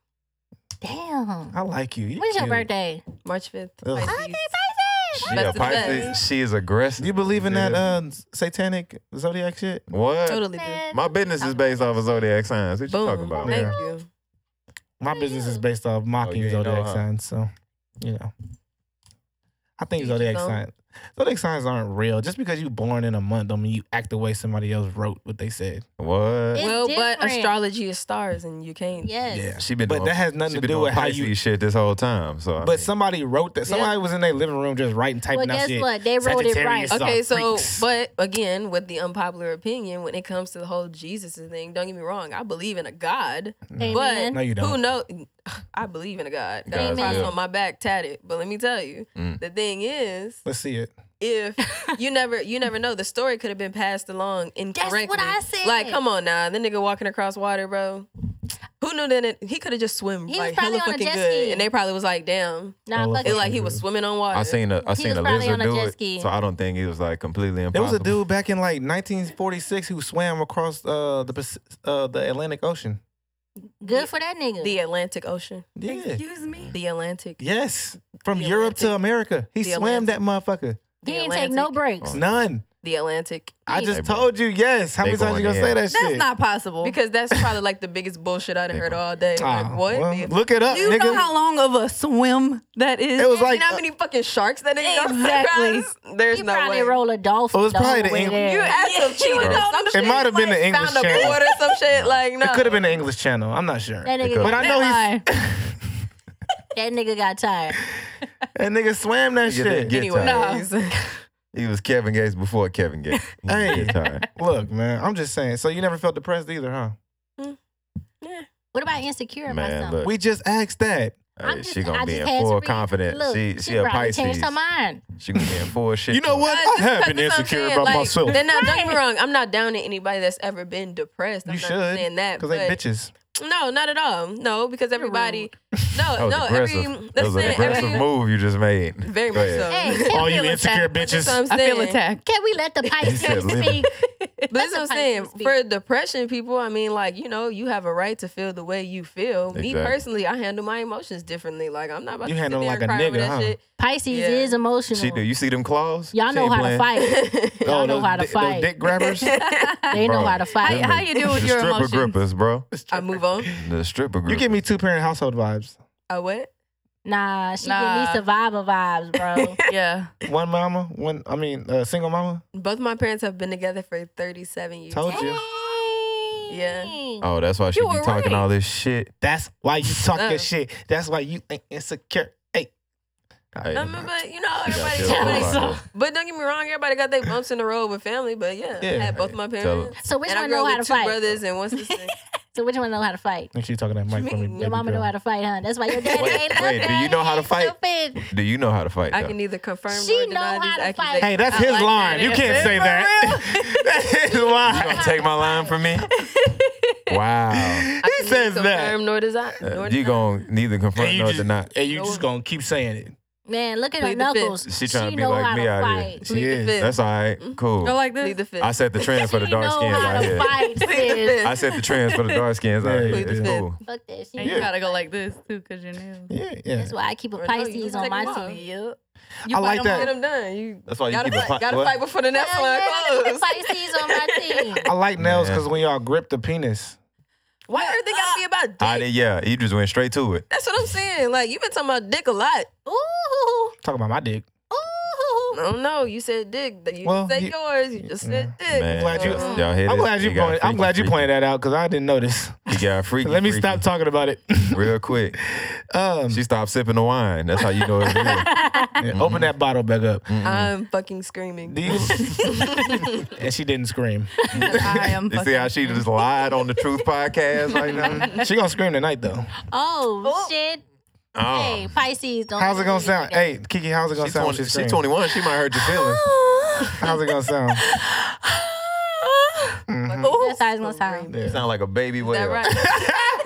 D: Damn.
B: I like you. You
D: When's your
B: cute.
D: birthday?
E: March fifth.
B: Ugh.
D: Oh, happy birthday.
A: She
E: That's
A: a
E: the
A: Pisces.
E: best.
A: She is aggressive.
B: Do you believe in that
A: Yeah.
B: uh, satanic zodiac shit?
A: What?
E: Totally do.
A: My business is based off of zodiac signs. What you
E: Boom.
A: talking about?
E: Thank
B: Yeah.
E: you.
B: My
D: Who
B: business is
D: you?
B: based off mocking
A: Oh, you ain't know,
B: zodiac
A: huh?
B: signs, so you know. I think
E: You just
B: zodiac
E: don't-
B: signs. Zodiac signs aren't real. Just because you born in a month, don't mean you act the way somebody else wrote what they said.
A: What?
D: It's
E: well, but
D: different.
E: astrology is stars, and you can't.
D: Yes.
B: Yeah.
A: She been
B: But
A: doing-
B: that has nothing
A: she
B: to
A: been
B: do
A: doing
B: with how
A: Pisces
B: you-
A: shit this whole time. So I
B: But
A: mean,
B: somebody wrote that. Somebody was in their living room just writing, typing
D: Well,
B: out
D: guess
B: shit.
D: what? They wrote it right.
B: Sagittarius. It's
E: Okay,
B: all
E: so
B: freaks.
E: but again, with the unpopular opinion, when it comes to the whole Jesus thing, don't get me wrong, I believe in a God,
D: Amen.
B: No, you
E: but who
B: don't.
E: knows? [SIGHS] I believe in a God. That
A: God's
E: cross
A: will.
E: on my back tatted. But let me tell you,
A: Mm.
E: the thing is,
B: Let's see it.
D: [LAUGHS]
E: if you never, you never know, the story could have been passed along incorrectly.
D: I said.
E: Like, come on now, the nigga walking across water, bro. Who knew that? It, he could have just swim
D: He was
E: like
D: probably
E: hella
D: on a
E: fucking
D: jet
E: good,
D: ski.
E: and they probably was like, damn,
D: Nah,
B: Oh,
D: fuck
E: it
D: it.
E: like he was swimming on water.
A: I seen a I
D: He
A: seen
D: was
A: a
D: probably
A: lizard
D: on a
A: do
D: jet
A: it.
D: ski.
A: So I don't think it was like completely
B: There
A: impossible.
B: was a dude back in like 1946 who swam across uh, the Pac- uh, the Atlantic Ocean.
D: Good for that nigga.
E: the Atlantic Ocean,
B: Yeah.
C: Excuse me.
E: the Atlantic.
B: Yes. From
E: The
B: Europe to America. He
E: The
B: swam that motherfucker.
D: he
E: The
D: didn't take no
E: Atlantic.
D: breaks.
A: Oh.
B: None.
E: The Atlantic.
B: I just
A: They bo-
B: told you yes. How
A: they
B: many times you
A: going
B: gonna say
A: in.
B: that
C: That's
B: shit?
C: not possible.
E: Because that's probably like the biggest bullshit I'd
A: They
E: heard
A: bo-
E: all day.
B: Ah,
E: like what?
B: well,
E: The-
B: look it up,
C: Do you
B: nigga.
C: know how long of a swim that is?
B: it was like uh,
E: you know how many fucking sharks that they got
C: Exactly.
E: across? There's
D: You
E: no
D: probably
E: way.
D: roll a dolphin.
B: It was
D: the
B: probably
D: whole
B: the
D: way
B: Eng-
D: there.
E: You actually cheated
A: know,
E: on some
B: it
E: shit,
B: might have been
E: like,
B: the English
E: found a
B: Channel.
E: board or some shit. Like no,
B: it could have been the English channel. I'm not sure.
D: That nigga,
A: Because-
B: But I know he's
C: Never mind.
A: [LAUGHS]
D: that nigga got tired.
B: that nigga swam that
A: You didn't
B: shit.
A: get
E: Anyway,
A: tired.
E: no.
A: He was Kevin Gates before Kevin Gates. He was
B: [LAUGHS] Hey.
A: just tired.
B: Look, man, I'm just saying. So you never felt depressed either, huh?
D: What about insecure about
A: Man,
D: something?
A: look.
B: We just asked that.
D: [LAUGHS] I'm
A: hey,
D: just-
A: she gonna
D: I
A: be
D: just
A: in
D: had to
A: full
D: read-
A: confidence.
D: Look,
A: she, she a
D: probably
A: Pisces.
D: changed her mind.
A: She gonna be in full shit.
B: You know what?
E: But
B: I have
E: just
B: been
E: 'cause it's
B: insecure
E: okay,
B: about
E: like,
B: myself.
E: Then now, don't get me wrong. I'm not downing anybody that's ever been depressed. I'm
B: you
E: not
B: should,
E: saying that.
B: because they
E: but-
B: bitches.
E: No, not at all. No, because everybody.
A: That
E: No,
A: was
E: no. Every,
A: aggressive.
E: [LAUGHS] that's
A: that was an
E: saying
A: aggressive
E: every,
A: move you just made.
E: Very
A: Go
E: much
A: ahead.
E: so.
D: Hey, [LAUGHS]
E: That's
D: can
B: All
D: we
B: you
D: let-
B: insecure
E: what
B: bitches.
E: I'm
C: I
E: saying.
C: feel attacked.
D: Can we
A: [LAUGHS]
D: let the
A: said
D: Pisces
A: live.
D: speak?
E: But that's what I'm
D: That's a
E: saying.
D: Pisces
E: For depression, people, I mean, like, you know, you have a right to feel the way you feel. Me
A: Exactly.
E: personally, I handle my emotions differently. Like, I'm not about
B: You
E: to sit
B: handle
E: there
B: like
E: and
B: a
E: cry over
B: nigga,
E: that
B: huh?
E: shit.
D: Pisces
E: Yeah.
D: is emotional.
A: She do. You see them claws?
D: Y'all
A: She
D: know
A: ain't
D: how to
A: playing.
D: fight. [LAUGHS] Y'all
B: Oh,
D: know
B: those
D: how to
B: di-
D: fight.
B: Those dick grabbers.
D: [LAUGHS] They know
A: Bro.
D: how to fight.
C: How- how you deal with
A: the
C: your
A: stripper
C: emotions?
A: grippers, bro.
E: I move on.
A: The stripper grippers.
B: you give me two parent household vibes.
E: I what?
D: Nah, she
C: Nah.
D: give me survivor vibes, bro.
C: Yeah.
B: One mama, one. I mean, uh, single mama.
E: Both my parents have been together for 37 years.
B: Told you.
E: Yeah.
D: Dang.
A: Oh, that's why she
C: You
A: be
C: were
A: talking
C: right.
A: all this shit.
B: That's why you talk
E: Uh.
B: your shit. That's why you ain't insecure. Hey.
A: Hey.
E: I mean, but you know,
A: You gotta
E: everybody.
A: tell her
E: everybody-
A: about her.
E: but don't get me wrong, everybody got their bumps in the road with family. But yeah,
B: Yeah.
E: I had both my
A: Tell her.
E: parents.
D: So which
E: and I
D: one
E: grew
D: know
E: up
D: how to
E: with two
D: fight?
E: brothers and one sister.
D: So which one know how to fight?
B: Make sure you talking that mic for me.
E: mean?
B: baby
D: Your mama
B: girl.
D: know how to fight, huh? That's why your daddy
A: Wait,
D: ain't love
A: wait, do
D: her.
A: you know how to
D: He
A: fight?
D: stupid.
A: Do you know how to fight?
E: I
A: though?
E: can either confirm
D: She
E: or
D: know how
E: deny these
D: to fight.
E: accusations.
B: Hey, that's
E: I
B: his
E: like
B: line. You
E: answer.
B: can't say that. [LAUGHS] that's his
A: You
B: line.
A: gonna take my line from
D: [LAUGHS]
A: me? wow.
E: I
B: He
E: can
B: says
E: neither
B: that.
E: Confirm nor deny.
A: Uh,
E: nor
A: you
E: deny.
A: gonna neither confront
B: And you
A: nor
B: just,
A: deny.
B: and you just gonna keep saying it.
D: Man, look at her
E: Plead the fifth.
D: knuckles.
A: She trying to be
D: know
A: like
D: how
A: me
D: to
A: out
D: fight. Mm-hmm.
A: here.
E: Plead
B: She
E: the
B: is.
E: fifth.
A: That's all right. Cool.
C: Go like this.
D: [LAUGHS]
E: Plead the fifth.
A: I set the trend for the
D: She
A: dark
D: know
A: skins
D: how
A: out
D: to
A: here.
D: fight, sis.
E: fifth.
A: I set the trends for the dark skins out
B: Yeah.
A: here.
B: Plead the
A: It's
E: fifth.
A: cool.
D: Fuck that shit.
C: And you gotta go like this too, cause you're new.
B: Yeah, yeah.
D: That's why I keep a
E: Or no, you
D: Pisces
E: just
D: on
E: take
D: my
E: them off.
D: team.
C: Yep.
B: I like
E: Get
B: that.
E: them done. You
A: That's why you
E: gotta
A: keep
E: fight,
A: it.
E: gotta fight before the next
D: Hell
E: one
D: yeah, I keep a
E: closes.
D: Pisces on my team.
B: I like nails
A: Man.
B: because when y'all grip the penis,
E: Why everything gotta be about dick?
A: I did, yeah, you just went straight to it.
E: That's what I'm saying. Like you've been talking about dick a lot.
D: Ooh,
B: talk about my dick.
D: ooh.
E: No, no, you said dick. You
B: Well,
E: didn't say
B: you-
E: yours. You just said dick.
A: Man,
B: glad you-
A: y'all-
E: Mm.
A: y'all hear
B: I'm
A: this?
B: glad you
A: It got
B: point, I'm
A: freaky,
B: glad you
A: freaky.
B: pointed that out because I didn't notice.
A: You got [LAUGHS] freaky.
B: Let me
A: freaky.
B: stop talking about it. [LAUGHS]
A: real quick.
B: um,
A: She stopped sipping the wine. That's how you know it's real.
B: yeah,
A: Mm-hmm.
B: Open that bottle back up.
A: Mm.
E: I'm fucking
B: Do
E: screaming.
B: you-
A: [LAUGHS]
B: and she didn't scream.
C: I am
A: You see how she just lied on the Truth Podcast right now?
B: She gonna scream tonight though.
D: Oh, shit. Hey,
A: Oh,
D: Pisces,
B: Um,
D: don't.
B: How's it gonna
D: do
B: sound?
D: that.
B: Hey, Kiki, how's it gonna
A: she's,
B: sound?
A: 20,
B: when she
A: she's
B: screams?
A: 21. She might hurt your
E: [GASPS]
A: feelings.
B: How's it gonna sound?
D: That's how it's gonna sound.
A: You
B: Yeah.
A: sound like a baby
E: Is that
A: whale.
E: right?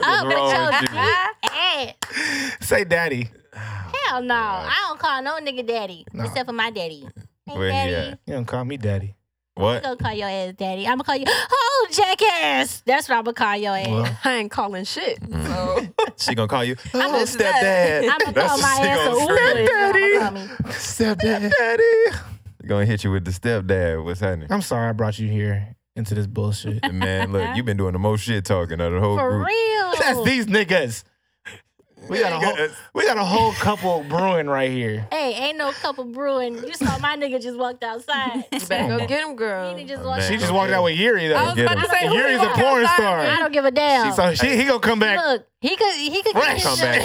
D: Oh, but
A: wrong
D: yo,
A: with you?
D: dick ass.
B: Say daddy.
D: Hell no. I don't call no nigga daddy. Except for my daddy.
A: [LAUGHS]
D: Hey,
A: Where he
D: daddy.
A: at?
B: You don't call me daddy.
D: I'm
A: What?
D: gonna call your ass daddy. I'm gonna call you, oh, jackass. That's what I'm gonna call your ass.
B: Well, [LAUGHS]
E: I ain't calling shit.
B: Mm.
E: So
A: She gonna
E: [LAUGHS]
A: call you? Oh,
E: gonna-
A: stepdad.
E: [LAUGHS]
A: [LAUGHS]
D: I'm gonna call
A: what
D: my
A: she
D: ass a
A: gonna
D: woman.
A: scream.
D: Daddy.
A: Stepdad. Gonna hit you with the stepdad. What's
E: [LAUGHS]
A: happening?
B: I'm sorry I brought you here into this bullshit. [LAUGHS]
A: Man, look, you've been doing the most shit talking of the whole
D: For
A: group.
D: real.
B: [LAUGHS] That's these niggas. We got a whole, we got a whole couple brewing right here.
D: Hey, ain't no couple brewing. You saw my nigga just
B: [LAUGHS]
D: walked outside.
E: you better go get him, girl.
D: He just walked
A: Oh, Man.
B: She just
A: Okay.
B: walked out with Yuri
C: I
B: though.
C: was about to say, who
B: Yuri's
C: you
B: a porn
C: outside?
D: I
B: star.
D: don't give a damn.
B: So she he gonna come back.
D: Look, he could he could
B: Right.
D: get his
A: Come back.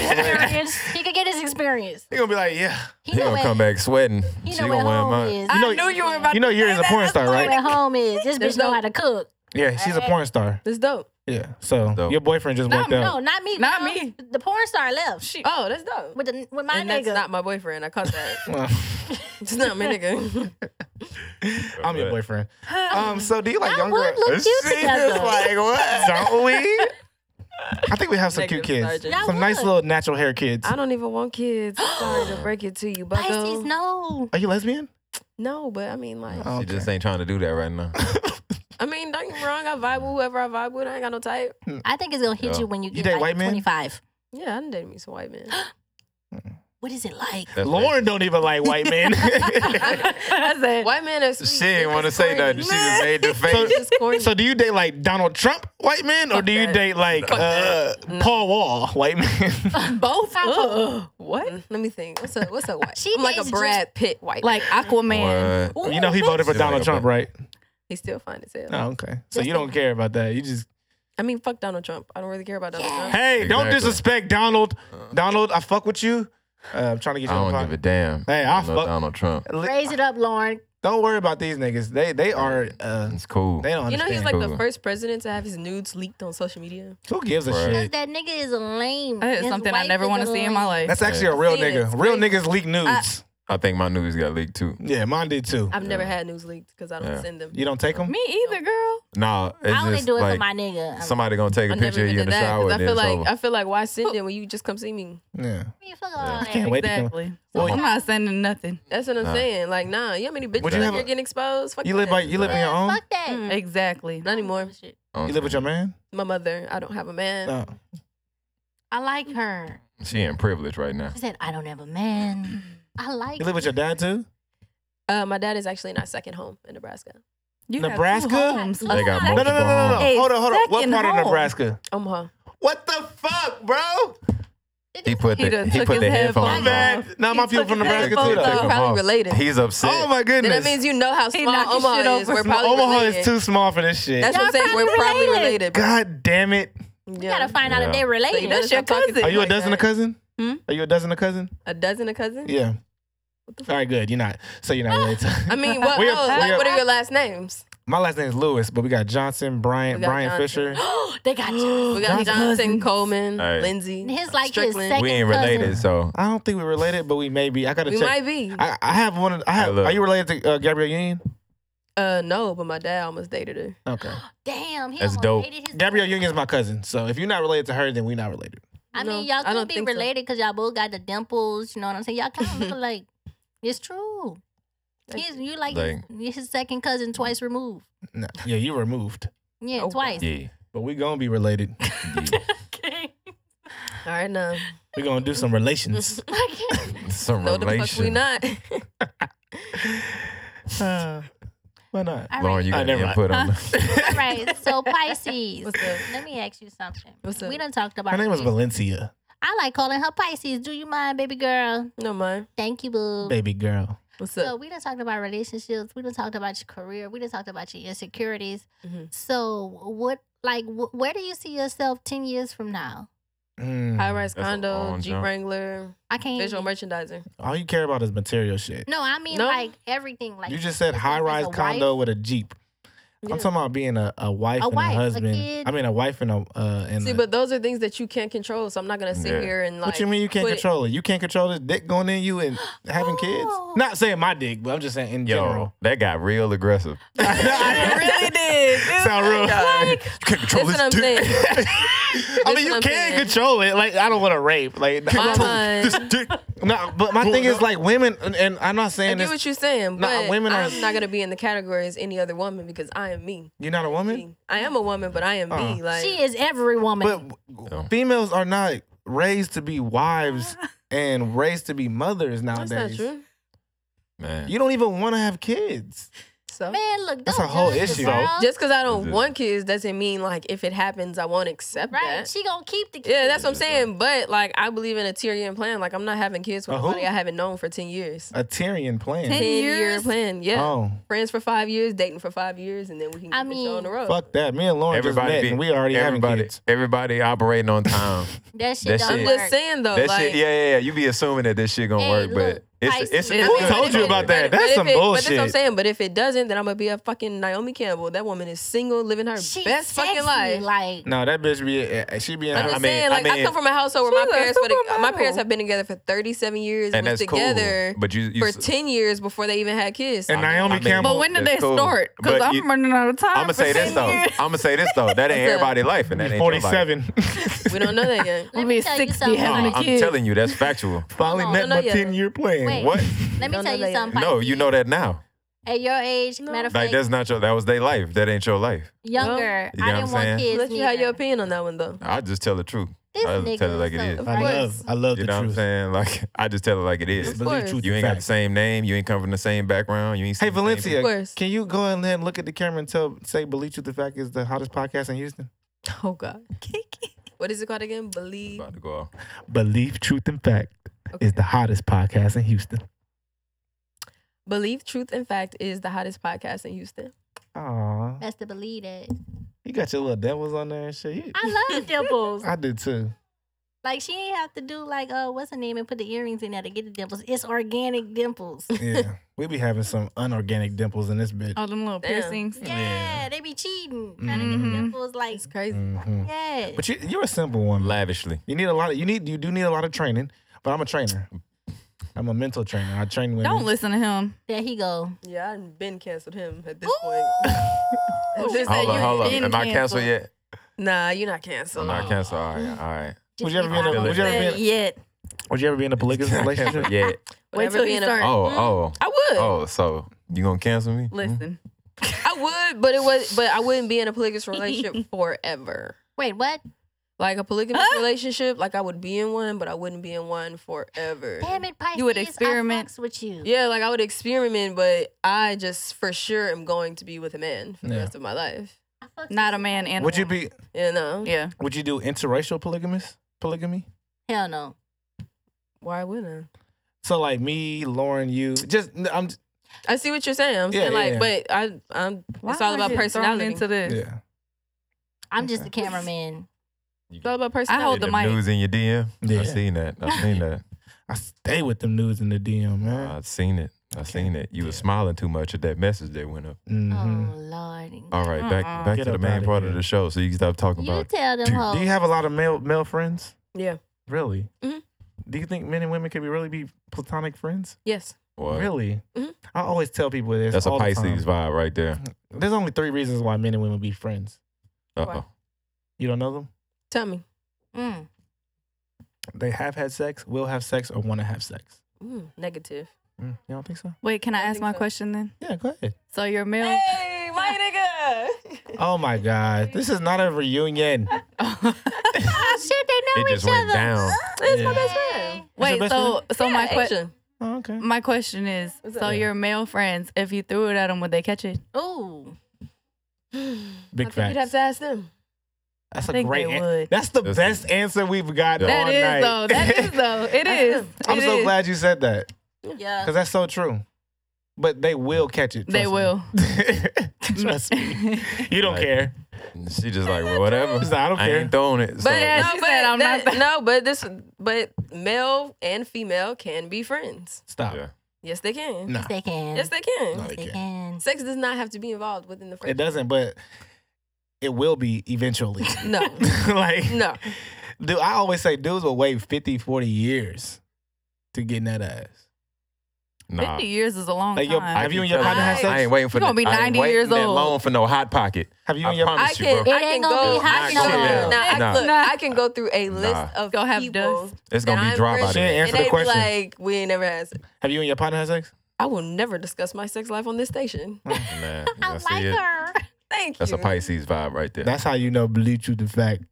D: experience. He could get his experience.
B: He gonna be like, yeah.
D: He
A: He
D: know
A: gonna
D: where,
A: come back sweating.
D: He
A: She
D: know where
A: gonna wear
D: home
A: mine.
D: is.
C: I
D: He
B: know-
C: knew you were about
B: You know
C: to
B: Yuri's
C: say
B: a
C: that.
B: porn star,
D: know where
B: right?
D: home is. This
E: There's
D: bitch know
E: no-
D: how to cook.
B: Yeah, she's a porn star.
E: That's dope.
B: Yeah. So
A: Dope.
B: your boyfriend just
C: No,
B: walked
D: No,
B: out.
D: not me.
C: Not
D: girl.
C: me.
D: The porn star left
C: She-
E: Oh, that's dope.
D: with the with my
E: and
D: nigga.
E: that's not my boyfriend. I caught that.
B: [LAUGHS]
E: [LAUGHS]
B: Well,
E: it's not my nigga.
B: [LAUGHS] I'm your boyfriend. Um, so do you like
D: I
B: younger?
D: would look cute
A: She just
D: together.
A: like what?
B: Don't we? I think we have some cute
E: Negative
B: kids.
E: sergeant.
D: Y'all
B: Some nice
D: would.
B: little natural hair kids.
E: I don't even want kids. Sorry to break it to you, but
D: Pisces, no.
B: Are you lesbian?
E: no, but I mean, like,
B: Oh,
A: She just
B: okay.
A: ain't trying to do that right now.
E: I mean, don't get me wrong. I vibe with whoever I vibe with. I ain't got no type.
D: I think it's gonna hit
A: Yeah.
D: you when you
B: You
D: get
B: date
D: like
B: white men?
D: 25. [LAUGHS]
E: Yeah, I done dated me some white men.
D: What is it like?
A: That's
B: Lauren don't even like
A: [LAUGHS]
B: white men.
C: [LAUGHS] I said,
E: White men are sweet.
A: She didn't want to say nothing. She just [LAUGHS] made the
B: So-
A: face.
E: It's corny. [LAUGHS]
B: so do you date like Donald Trump white men, or
E: Fuck
B: do you
E: that.
B: date like
E: Fuck
B: uh,
E: that. No.
B: Paul Wall white
E: [LAUGHS]
B: men?
C: both. Ugh.
E: Uh-uh. what? Let me think. What's a what's a white?
D: Mm-hmm. She
E: I'm like a
D: dates
E: Brad Pitt white.
C: Like Aquaman.
A: What?
B: you know he voted for
A: Still
B: Donald
A: like a
B: Trump,
A: bu-
B: right?
E: he's still fine as hell.
B: Oh, okay. So you don't care about that. You just
E: I mean, fuck Donald Trump. I don't really care about Donald Trump.
B: hey, don't
A: Exactly.
B: disrespect Donald. Donald, I fuck with you. Uh, I'm trying to get
A: I
B: you on
A: don't
B: the
A: give a
B: pod.
A: damn.
B: Hey, I
A: I love
B: fuck-
A: Donald Trump.
D: Raise it up, Lauren.
B: Don't worry about these niggas. They they are uh,
A: It's cool.
B: they don't
E: You know,
B: understand.
E: he's like the
A: Cool.
E: first president to have his nudes leaked on social media.
B: Who gives a
A: Right.
D: Cause
B: shit?
D: that nigga is lame.
C: That is
D: His
C: something I
D: wife
C: never
D: is
C: want to see in my
D: lame.
C: life.
B: That's actually a real
E: Yeah, it's
B: nigga. Real
E: crazy.
B: niggas leak nudes.
A: I think my news got leaked too.
B: yeah, mine did too.
E: I've never had news leaked because I don't
A: Yeah.
E: send them.
B: You don't take them?
C: Me either, girl.
A: Nah, it's
D: I only
A: just
D: do it
A: like
D: for my nigga.
A: somebody gonna take a
E: I never
A: picture of
E: even
A: you in
E: did
A: the
E: that
A: shower.
E: because I
A: And then
E: feel
A: it's
E: like
A: over.
E: I feel like why send them when you just come see me?
B: Yeah.
D: I mean, fuck all
A: I
D: that.
B: can't wait to come.
C: Exactly.
B: Well,
C: I'm not sending nothing.
E: That's what I'm
A: Nah.
E: saying. Like, nah, you know how many bitches
B: Would
E: out
B: you
E: here
B: have a-
E: getting exposed? Fuck
B: You live
E: that.
B: by you live on your own?
D: Fuck that.
E: Mm.
C: Exactly.
E: not anymore.
A: Oh,
B: You live with your man? Oh.
E: My mother. I don't have a man.
B: No.
D: I like her.
A: She in privilege right now.
D: She said, I don't have a man. I like
B: You live with your dad too?
E: Uh, my dad is actually in our second home in Nebraska.
C: You
B: Nebraska?
C: Have two homes.
D: They
A: They got
D: No,
B: No, no,
A: multiple
B: no, no, no.
C: A
B: Hold on, hold on. What
C: second
B: part of
C: home.
B: Nebraska?
E: Omaha.
B: What the fuck, bro?
A: He put
C: He
A: the
C: done
A: he
C: took
A: put the
C: his
A: headphones
B: My
A: on.
C: headphones
B: bad.
C: off.
B: Now my
C: He
B: people
C: took
B: from
C: his
B: Nebraska
E: headphones
B: too.
E: off.
B: though.
E: Probably
A: Off.
E: related.
A: He's upset.
B: Oh my
E: Then
B: goodness.
E: that means you know how
C: He
E: small
C: knocked his shit
E: Omaha
C: over
E: is. We're
C: some
E: probably
B: Omaha
E: related.
B: is too small for this shit.
E: That's what I'm
D: Y'all
E: saying. We're
D: probably
E: probably
D: related.
E: related. bro.
B: God damn it.
E: Yeah.
D: You gotta find out
A: Yeah.
D: if they
E: So you
D: related.
E: better
C: That's your
E: stop talking
C: cousin.
E: to
B: Are you a
E: like
B: dozen
E: that.
B: a cousin?
C: Hmm?
B: Are you a dozen a cousin?
E: A dozen a cousin?
B: Yeah.
E: the Ah,
B: All right, good. You're not. So you're not related.
E: I mean, what,
B: We are-
E: else?
B: we
E: What-
B: are-
E: what are your last names?
B: [LAUGHS] My last name is Lewis, but we got Johnson, Bryant,
E: We got
B: Brian
E: Johnson.
B: Fisher.
D: [GASPS] they got you.
E: We got
B: Johnson.
E: Johnson, Coleman,
A: All right.
E: Lindsay.
D: His like his
E: Strickland.
D: second
A: We ain't related, so
B: I don't think we're related, but we may be. I gotta
E: We
B: check.
E: might be.
B: I, I have one. Of, I
A: Hey,
B: have.
A: look.
B: are you related to uh, Gabrielle Union?
E: Uh, no, but my dad almost dated her. [GASPS]
B: Okay.
D: Damn, he
A: That's
D: almost
A: dope.
D: dated his
B: Gabrielle Union is my cousin, so if you're not related to her, then we're not related.
D: I
E: No,
D: mean, y'all
E: I
D: could
E: don't
D: be
E: think so.
D: related because y'all both got the dimples. You know what I'm saying? Y'all kind
A: [LAUGHS]
D: of look alike. It's true.
E: Thank
D: He's, you like,
A: Like-
D: his, his second cousin twice removed.
B: No. Yeah, you removed,
D: Yeah,
E: Oh, wow.
D: twice.
A: yeah.
B: but we gonna be related.
A: yeah.
D: [LAUGHS]
A: [LAUGHS]
E: All right, now.
B: we gonna do some
D: [LAUGHS]
B: relations. [LAUGHS]
A: Some
E: No, the fuck we
A: relation.
E: not. [LAUGHS]
B: Uh, why not?
D: All
A: Lauren,
D: right.
A: you
B: Oh,
A: got
B: never
A: any
B: mind.
A: input on
B: [LAUGHS]
D: All right. So
A: [LAUGHS]
D: Pisces.
E: What's up?
D: Let me ask you something.
E: What's up?
D: We done talked about
B: Her name was
D: this.
B: Valencia,
D: I like calling her Pisces. Do you mind, baby girl?
E: No mind.
D: Thank you, boo.
B: baby girl.
E: What's
D: So
E: up?
D: we done talked about relationships. We done talked about your career. We done talked about your insecurities.
E: Mhm.
D: So what, like, wh- where do you see yourself ten years from now?
B: Mm.
E: High rise
A: That's a
E: condo,
A: long
E: Jeep
A: jump.
E: Wrangler,
D: I can't.
E: visual merchandiser.
B: All you care about is material shit.
D: No, I mean
E: No?
D: like everything. Like
B: you just said
D: yourself
B: high rise
D: as a
B: condo
D: wife.
B: with a jeep.
E: Yeah.
B: I'm talking about being a, a wife
D: A
B: and
D: wife,
B: a
D: a
B: husband.
D: kid.
B: I mean, a wife and a uh, and
E: See,
B: a-
E: but those are things that you can't control. So I'm not gonna sit
A: Yeah.
E: here and like.
B: what you mean you can't
E: put-
B: control it? You can't control this dick going in you
D: [GASPS]
B: and having kids.
D: Oh.
B: Not saying my dick, but I'm just saying in
A: Yo, [LAUGHS]
B: general. [LAUGHS]
A: that got real aggressive.
C: I [LAUGHS] really did.
B: Sound real. [LAUGHS]
E: [LAUGHS] God.
B: you can't control
E: [LAUGHS] That's what I'm
B: this [LAUGHS] dick.
E: saying.
B: I
E: That's
B: mean, you
E: what I'm
B: can
E: saying.
B: control it. Like, I don't want to rape. Like, [LAUGHS]
E: My mind.
A: dick.
B: no, but my thing is like women, and, and I'm not
E: I
B: saying
E: get
B: this.
E: what you're saying,
B: Nah,
E: but
B: women are-
E: I'm not gonna be in the category as any other woman because I am me.
B: You're not a woman,
E: I am a woman, but I am me.
B: Uh-uh.
E: Like
D: She is every woman.
B: but
A: No.
B: females are not raised to be
E: [LAUGHS]
B: wives and raised to be mothers
E: that's
B: nowadays.
E: not true.
A: Man.
B: You don't even want to have kids.
E: So
D: Man, look,
B: That's
D: don't
B: a whole
D: judge the
B: issue.
D: girl.
E: just because I don't
A: Is it-
E: want kids doesn't mean like if it happens, I won't accept
D: right?
E: that.
D: She gonna keep the kid.
E: Yeah, that's what I'm saying. But like, I believe in a Tyrian plan. Like, I'm not having kids with
B: A who?
E: somebody I haven't known for ten years.
B: A Tyrian plan.
E: Ten
C: Ten
E: year
C: years?
E: plan. Yeah,
B: Oh,
E: friends for five years, dating for five years, and then we can get
D: I
E: the show on
D: mean-
E: the road.
B: fuck that. Me and Lauren
A: Everybody,
B: just met,
A: be-
B: and we already
A: everybody,
B: having kids.
A: everybody operating on time.
D: That shit
A: That
D: don't
E: I'm
A: shit-
D: work.
E: just saying though,
A: that
E: like
A: shit, yeah, yeah, yeah. You be assuming that this shit gonna
D: Hey,
A: work,
D: look,
A: but it's, it's,
D: Pisces.
A: it's
B: Who
E: but
B: told
E: if
B: you
E: it-
B: about
E: but-
B: that?
E: but
B: That's
E: if
B: some
E: it- But that's what I'm
B: bullshit.
E: saying. But if it doesn't, then I'm gonna be a fucking Naomi Campbell. That woman is single, living her
D: She
E: best fucking
D: sexy,
E: life.
D: Like
B: No, that bitch be eh, she be in
E: I'm
B: her.
E: just
A: I mean-
E: saying,
A: I
E: like I,
A: mean-
E: come from a household where my
C: She's a
E: parents, would, my
C: supermodel.
E: parents have been together for 37 years
A: and
E: was
A: that's
E: together
A: cool. But you, you
E: for
A: s-
E: 10 years before they even had kids.
B: And
A: I mean-
B: Naomi
A: I mean,
B: Campbell-
C: But when did
A: that's
C: they
A: cool.
C: start? Because
A: But
C: I'm
A: you-
C: running out of time.
A: I'm gonna
C: for
A: say this
C: 10
A: though. [LAUGHS]
C: years.
A: I'm gonna say this though. That ain't
E: What's up?
A: everybody life, and that ain't your life.
B: Forty-seven. [LAUGHS]
E: we don't know
D: [LAUGHS]
E: that yet.
D: let
C: We'll
D: me
C: be
D: tell you
C: 60
A: No,
C: having
D: something.
C: a
A: I'm
C: kid.
A: telling you, that's factual.
B: Finally
D: Hold on,
B: met
E: no, no,
B: my
E: yeah.
B: ten-year plan.
D: Wait.
A: What?
D: Let me
E: Don't
D: tell
E: know
D: you
E: that
D: something.
A: No, you know that now.
D: At your age,
E: No.
D: matter of
A: Like
D: fact,
A: that's not your. That was their life. That ain't your life.
D: younger.
A: You know
D: I
A: what
D: didn't
A: I'm
D: want
A: saying?
D: kids.
E: Let you have
A: [LAUGHS]
D: neither.
E: your opinion on that one though.
A: I just tell the truth.
D: This
A: I'll
D: nigga.
A: tell it like it
D: so
A: is.
B: I
D: right.
B: love, I love
A: You
B: the
A: know what I'm
B: truth.
A: saying? [LAUGHS] Like I just tell it like it
E: Of
A: is.
E: course.
B: truth
A: You ain't got the
B: facts.
A: same name. You ain't come from the same background. You ain't.
B: Hey
A: seen the same people.
E: Of
B: Valencia,
E: course.
B: can you go ahead and look at the camera and tell say Believe Truth the Fact is the hottest podcast in Houston?
E: Oh God. what is it called again? Believe.
A: About to go off.
B: Believe Truth and Fact
E: Okay.
B: is the hottest podcast in Houston.
E: Believe, truth, and fact is the hottest podcast in Houston.
B: Aw.
D: Best to believe that.
B: You got your little devils on there and shit. You-
D: I love dimples.
B: I did too.
D: Like she ain't have to do like uh what's her name and put the earrings in there to get the dimples. It's organic dimples.
B: Yeah. we be having some unorganic dimples in this bitch.
C: All them little
E: Damn.
C: piercings.
D: Yeah, they be cheating. Trying to
B: Mhm.
D: get dimples like
E: It's crazy.
B: Mhm.
D: yeah.
B: But you, you're a simple one. man.
A: Lavishly.
B: You need a lot of you need you do need a lot of training, but I'm a trainer. I'm a mental trainer. I train women.
C: Don't listen to him.
D: There he go.
E: Yeah, I've been canceled him at this [LAUGHS]
D: Ooh.
E: point.
C: Oh,
E: Just
C: Hold
E: say
A: Hold
C: on,
A: up,
E: you-
A: hold up.
C: been
A: Am I canceled
C: canceled.
A: yet?
E: Nah, you're not
A: I'm
E: canceled.
A: not canceled. All right, all right.
D: Just
B: Would you ever be
D: get
B: in a
D: out.
B: would you ever
C: Said
B: be in,
C: yet.
B: would you ever be in a polygamous [LAUGHS] relationship?
A: Yeah.
C: Wait
E: Whatever
C: till he
E: being a-
C: starts.
A: Oh, oh,
E: I would.
A: oh. So you gonna cancel me?
C: Mm-hmm. Listen.
E: I would, but it was but I wouldn't be in a polygamous relationship forever.
D: Wait, what?
E: Like a polygamous
C: Huh?
E: relationship, like I would be in one, but I wouldn't be in one forever.
D: Damn it, Pisces.
C: You would experiment.
D: I fucks with you.
E: Yeah, like I would experiment, but I just for sure am going to be with a man for the
B: Yeah.
E: rest of my life.
D: I fucks
C: Not a man and a
B: would you
C: woman.
B: be
E: You know?
C: Yeah.
B: would you do interracial polygamous polygamy?
D: Hell no.
E: Why wouldn't
B: So like me, Lauren, you just I'm
E: I? I see what you're saying. I'm
B: Yeah,
E: saying
B: yeah,
E: like,
B: yeah.
E: but I, I'm. it's all
C: am I
E: about
C: getting thrown
E: personality.
C: Into this.
B: yeah.
D: I'm just a cameraman.
A: Mm-hmm. You
E: It's all about
C: I
E: personality.
C: hold the mic.
A: News in your DM.
B: Yeah.
A: I seen that. I
C: [LAUGHS]
A: seen that.
B: I stay with them nudes in the DM, man.
A: I seen it. I seen it. You were
B: Yeah.
A: smiling too much at that message that went up.
B: Mhm.
D: Oh Lord.
A: All right, back
C: Uh-uh.
A: back
B: Get
A: to the
B: up
A: main
B: outta
A: part
B: here.
A: of the show, so you can stop talking
D: You
A: about
D: tell them hoes.
B: Do you have a lot of male male friends?
E: Yeah.
B: Really?
E: Mhm.
B: Do you think men and women could be really be platonic friends?
E: Yes.
A: what.
B: Really?
E: Mhm.
B: I always tell people this.
A: That's a
B: all the time.
A: Pisces vibe right there.
B: There's only three reasons why men and women be friends.
A: Uh
E: Why?
A: oh.
B: You don't know them?
E: Tell me.
D: Mm.
B: They have had sex, will have sex, or want to have sex.
E: Mm, negative.
B: Mm, you don't think so?
C: Wait, can I,
E: I
C: ask
E: think
C: my
E: so.
C: question then?
B: Yeah, go ahead.
C: So you're male?
E: Hey, [LAUGHS] my nigga.
B: [LAUGHS] Oh my God. This is not a reunion.
C: [LAUGHS]
D: Oh shit, they
A: It
D: know each
A: just went
D: other.
A: down.
E: It's
B: Yeah.
E: my best friend.
C: Wait,
B: best
C: so so my
E: Yeah,
C: que-
E: Asia.
B: Oh, okay.
C: my question is,
E: What's
C: so
E: up?
C: your male friends, if you threw it at them, would they catch it?
D: Ooh.
E: I
B: Big
E: think you'd
B: facts.
E: have to ask them.
B: That's
C: I
B: a
C: think
B: great
C: they
B: an-
C: would.
B: That's the
A: That's-
B: best answer we've gotten
A: Yeah.
B: all
C: That is
B: night.
C: though.
B: [LAUGHS]
C: That is though. It is.
B: I'm
C: It
B: so
C: is.
B: glad you said that
D: Yeah.
B: because that's so true. But they will catch it.
C: They
B: trust me.
C: will.
B: [LAUGHS] Trust me. You don't
A: Like-
B: care.
A: She just like well, whatever.
B: She's like, I don't
A: I
B: care.
A: ain't throwing it. so-
E: But
C: yeah, she
E: no, but
C: said I'm not
E: that, [LAUGHS] no, but this, but male and female can be friends.
B: Stop.
A: Yeah.
E: Yes, they can.
B: No,
D: Yes, they can.
E: Yes, they can.
B: No,
D: Yes,
B: they
D: they
B: can't.
D: can.
E: Sex does not have to be involved within the
B: it
E: friendship.
B: doesn't. But it will be eventually. [LAUGHS]
E: No,
B: like,
E: no.
B: dude, I always say dudes will wait 50, 40 years to get in that ass.
A: Nah.
C: [LAUGHS] Fifty years is a long
B: Like,
C: time.
B: your- have
A: keep
B: you and your
A: telling
E: partner had
A: you,
E: sex?
A: I ain't waiting for
C: You gonna
A: that-
C: be
A: I ain't
C: 90
A: waiting
C: years
A: that
C: old.
A: long for no hot pocket.
B: Have you
A: I
B: and your
A: promise
E: I
A: you,
E: can.
A: bro.
E: I
D: It
E: can
D: ain't
E: go.
D: gonna be
E: I
D: hot
E: can
A: no
E: go,
A: more.
E: nah, I,
A: Nah.
E: look, I can go through a
A: Nah.
E: list of
C: Go have
E: people.
C: dust.
A: It's gonna
E: that
A: be
E: I'm
A: drop out
E: friends
B: She
A: of
B: ain't
A: it.
E: with,
B: answer
E: and
B: the
E: they be
B: question.
E: like, "We ain't never had." Sex.
B: have you and your partner had sex?
E: I will never discuss my sex life on this station.
B: Mm.
A: Man,
D: I
A: I see
D: like
A: it.
D: her.
E: Thank
A: That's
E: you.
A: a Pisces vibe right there.
B: That's how you know blue truth the
C: [LAUGHS]
B: fact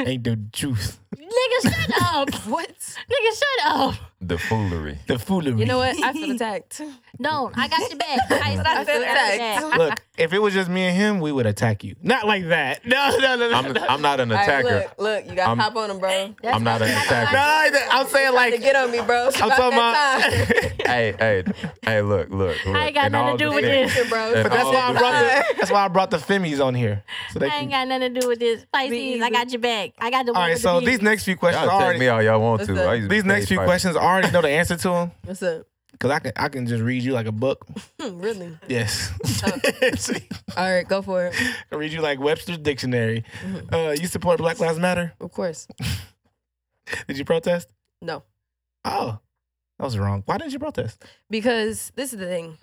B: ain't the truth.
D: Nigga, shut up.
E: What?
D: Nigga, shut up.
A: the foolery.
B: The foolery.
E: You know what? I [LAUGHS] feel attacked.
D: Don't. I got your back. Pisces.
E: [LAUGHS] I feel
D: I got your
E: attacked.
D: back.
B: Look, if it was just me and him, we would attack you. Not like that. [LAUGHS] No, no, no, no.
A: I'm,
B: no.
A: I'm not an
E: All right,
A: attacker.
E: look, look, you gotta
A: I'm-
E: hop on him, bro.
D: That's
A: I'm not
D: why
A: an
D: I got
A: attacker.
D: my-
B: No, I'm saying
E: to
B: like
E: get on me, bro.
B: I'm talking [LAUGHS] about.
A: hey, hey, hey, look, look. look.
D: I ain't got
A: In
D: nothing
A: all
D: to do with
A: defense-
D: this.
E: bro.
A: And
B: But that's
A: all
B: why I
A: the-
B: brought the that's why I brought the Femmies on here. So they
D: I ain't
B: can,
D: got nothing to do with this. Pisces, I got your back. I got the
B: all
D: one
B: right,
D: with the
B: so
D: bees.
B: these next few questions I
A: Y'all take
B: already
A: me all y'all want
E: What's
A: to.
E: up?
A: I used to
B: these
A: be
B: next
A: paid
B: few
A: by-
B: questions I
A: [LAUGHS]
B: already know the answer to them
E: What's up?
B: because I can I can just read you like a book.
E: Hmm, really?
B: Yes, [LAUGHS] See,
E: All right, go for it.
B: I can read you like Webster's dictionary.
E: Mm-hmm.
B: Uh, you support Black Lives Matter?
E: Of course.
B: Did you protest?
E: No.
B: Oh, that was wrong. Why didn't you protest?
E: Because this is the thing.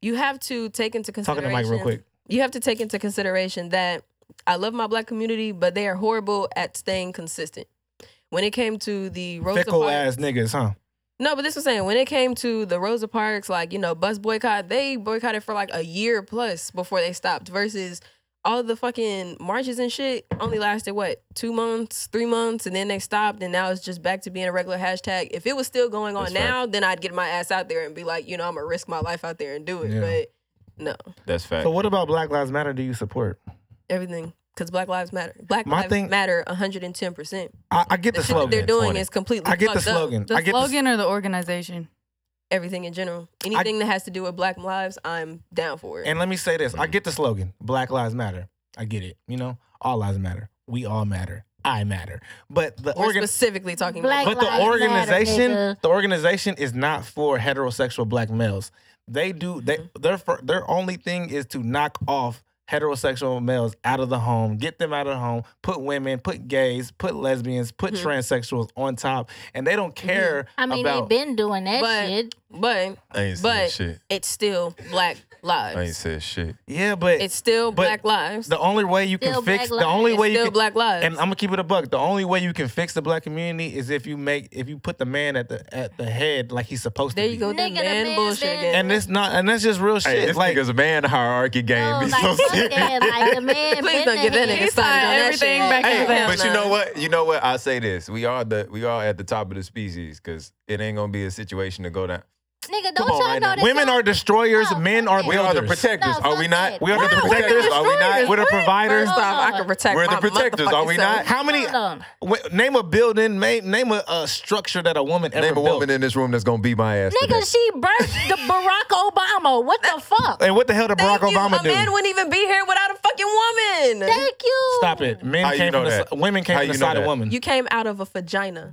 E: You have to take into
B: Talking
E: consideration.
B: to Mike real quick.
E: You have to take into consideration that I love my black community, but they are horrible at staying consistent. When it came to the Rosa
B: Fickle
E: Parks-
B: ass niggas, huh?
E: No, but this was saying when it came to the Rosa Parks, like you know, bus boycott, they boycotted for like a year plus before they stopped. Versus all the fucking marches and shit only lasted what two months, three months, and then they stopped, and now it's just back to being a regular hashtag. If it was still going on
A: That's fact.
E: now, then I'd get my ass out there and be like, you know, I'm gonna risk my life out there and do it.
B: Yeah.
E: But no,
A: That's fact.
B: So what about Black Lives Matter? Do you support?
E: everything because Black Lives Matter. Black
B: My
E: Lives
B: thing-
E: Matter, 110. percent
B: I, I get the,
E: The shit that
B: slogan.
E: they're doing
A: 20.
E: is completely.
B: I get the
E: fucked up.
B: slogan.
C: The
B: I get
C: slogan or the organization?
E: Everything in general, anything that has to do with Black lives, I'm down for it.
B: And let me say this: I get the slogan, "Black Lives Matter." I get it. You know, all lives matter. We all matter. I matter. But the
E: We're
B: organ,
E: specifically talking
D: Black
E: about
B: but the
D: Lives Matter,
B: organization,
D: nigga.
B: the organization is not for heterosexual black males. They do. They their fir- their only thing is to knock off heterosexual males out of the home, get them out of the home, put women, put gays, put lesbians, put
E: Mhm.
B: transsexuals on top, and they don't care
D: I mean,
B: about.
D: they've been doing that
E: But-
D: shit.
E: but
A: I ain't said
E: but-
A: shit.
E: it's still black
A: I ain't
E: lives.
A: said shit.
B: yeah, but
E: It's still
B: but
E: black lives.
B: the only way you can
D: Still
B: fix
D: black
B: the only
E: It's
B: way you
E: still
B: can,
E: black lives.
B: And I'm gonna keep it a buck. The only way you can fix the black community is if you make if you put the man at the at the head like he's supposed
E: there
B: to be.
E: you go, that
D: Nigga, the
E: man
D: man's
E: bullshit
D: been-
E: again.
B: And it's not and that's just real shit.
A: Hey, this
B: like
A: nigga's man hierarchy game.
D: No,
A: be
D: Oh, like,
A: so
D: fuck
A: serious.
D: that. Like, the man
E: Please
D: been
E: don't get that
D: ahead.
E: nigga started on that
C: everything
E: shit.
C: back to
A: Hey,
C: Hell
A: but you
E: no.
A: know what? You know what? I say this. We are the we are at the top of the species because it ain't gonna be a situation to go down.
D: Nigga,
B: come
D: don't
B: on,
D: y'all
B: right
D: know
B: now.
D: that
B: Women
D: y'all-
B: are destroyers,
D: No,
B: men
D: fuck
B: are
D: that.
A: We are the
B: builders.
A: protectors,
D: No,
A: are we
D: fuck
A: not?
D: that.
B: We are the
D: Why
E: we
B: protectors,
E: the
B: are we not?
E: destroyers?
B: We're the
D: What?
B: providers.
E: First off, I
D: Hold
E: can
D: on.
E: protect
A: We're the
E: my
A: protectors, are we
E: motherfucking
A: not?
E: self.
B: How many
D: Hold on.
B: wh- name a building, name name a, a structure that a woman ever
A: Name a
B: built.
A: woman in this room that's gonna beat my ass. today.
D: Nigga, she birthed the Barack Obama. What the fuck?
B: and what the hell did Barack
E: Thank you.
B: Obama
E: a
B: do?
E: man wouldn't even be here without a fucking woman.
D: Thank you.
B: Stop it. Men
A: How you
B: came
A: know
B: from the,
A: that?
B: si- women came
A: How
B: from the
A: you know
B: side of
A: that?
B: women.
E: You came out of a vagina.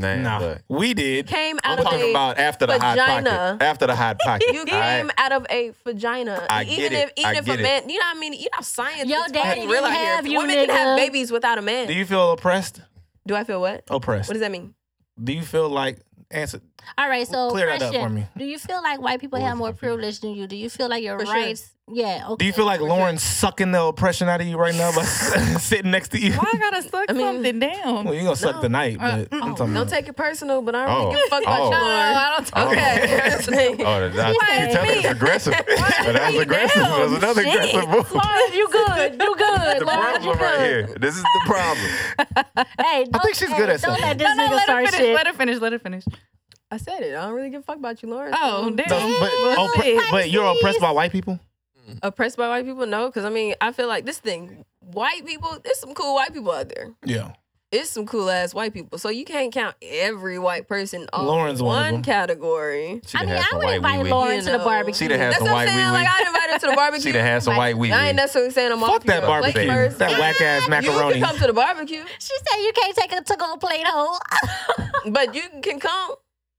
A: Nah,
B: nah,
A: look.
B: we did.
E: Came out
A: I'm
E: of
A: talking
E: a
A: about after the hot
E: vagina.
A: pocket. After the hot pocket.
E: You
A: all
E: came
A: right?
E: out of a vagina.
A: I
E: even
A: get
E: if
A: it.
E: even
A: I
E: if
A: get
E: a
A: it.
E: man, you know what I mean? You know how science
D: Yo,
E: is
D: daddy
E: fucking real
D: didn't
E: out
D: have
E: here.
D: you,
E: Women can have
D: nigga.
E: babies without a man.
B: Do
E: Do,
B: you feel oppressed?
E: I feel what?
B: Oppressed.
E: What does that mean?
B: Do you feel like answer?
D: All right, so
B: Clear that
D: question.
B: up for me.
D: Do you feel like white people
A: What
D: have
A: was
D: more
A: my figure?
D: privilege than you? Do you feel like your
E: For sure.
D: rights? Yeah. Okay.
B: Do you feel like Lauren's sucking the oppression out of you right now by [LAUGHS] sitting next to you?
C: Why I gotta suck
E: I mean-
C: something down?
B: Well, you gonna suck
E: No.
B: tonight,
C: Uh,
B: but I'm talking
E: Don't
B: about.
E: take it personal, but I don't
A: Oh.
E: really give a fuck about
A: Oh.
E: you,
C: No,
E: Lauren.
C: I don't talk.
A: Oh.
C: [LAUGHS]
E: [LAUGHS] Okay.
A: Oh, that, you tell me it's aggressive. [LAUGHS] that was aggressive. That was another aggressive move.
D: Lauren, you good. You good.
A: the
D: Lauren, you
A: problem right
D: good.
A: here. This is the problem.
D: Hey,
B: I think
D: don't-
B: she's
D: hey,
B: good at
D: Don't
B: something.
D: let this
C: No, no,
D: nigga
C: let her
D: start
C: finish.
D: shit.
C: Let her finish. Let her finish.
E: I said it. I don't really give a fuck about you, Um, Lauren.
C: Oh, damn.
B: No, but, oppre- but you're oppressed by white people.
E: oppressed by white people? No, because I mean, I feel like this thing, white people, there's some cool white people out there.
B: Yeah,
E: It's some cool ass white people. So you can't count every white person on
B: Lauren's one of
E: one
B: them.
E: category.
A: She
D: I
A: done
D: mean,
A: had
D: I
A: some
D: would
A: white
D: invite
A: wee-wee.
D: Lauren
E: You
D: to the
E: know.
D: barbecue.
A: She done had
E: That's
A: some
E: what I'm
A: white
E: saying.
A: wee
E: Like
A: wee.
E: I
B: [LAUGHS]
E: invited her to the barbecue.
A: She done had some white wee
E: I ain't
A: wee.
E: necessarily saying I'm off
B: fuck that
E: your plate
B: barbecue.
E: first.
B: That whack ass
E: You can
B: macaroni.
E: come to the barbecue,
D: [LAUGHS] She said you can't take a to-go plate
E: [LAUGHS]
D: home.
E: but you can come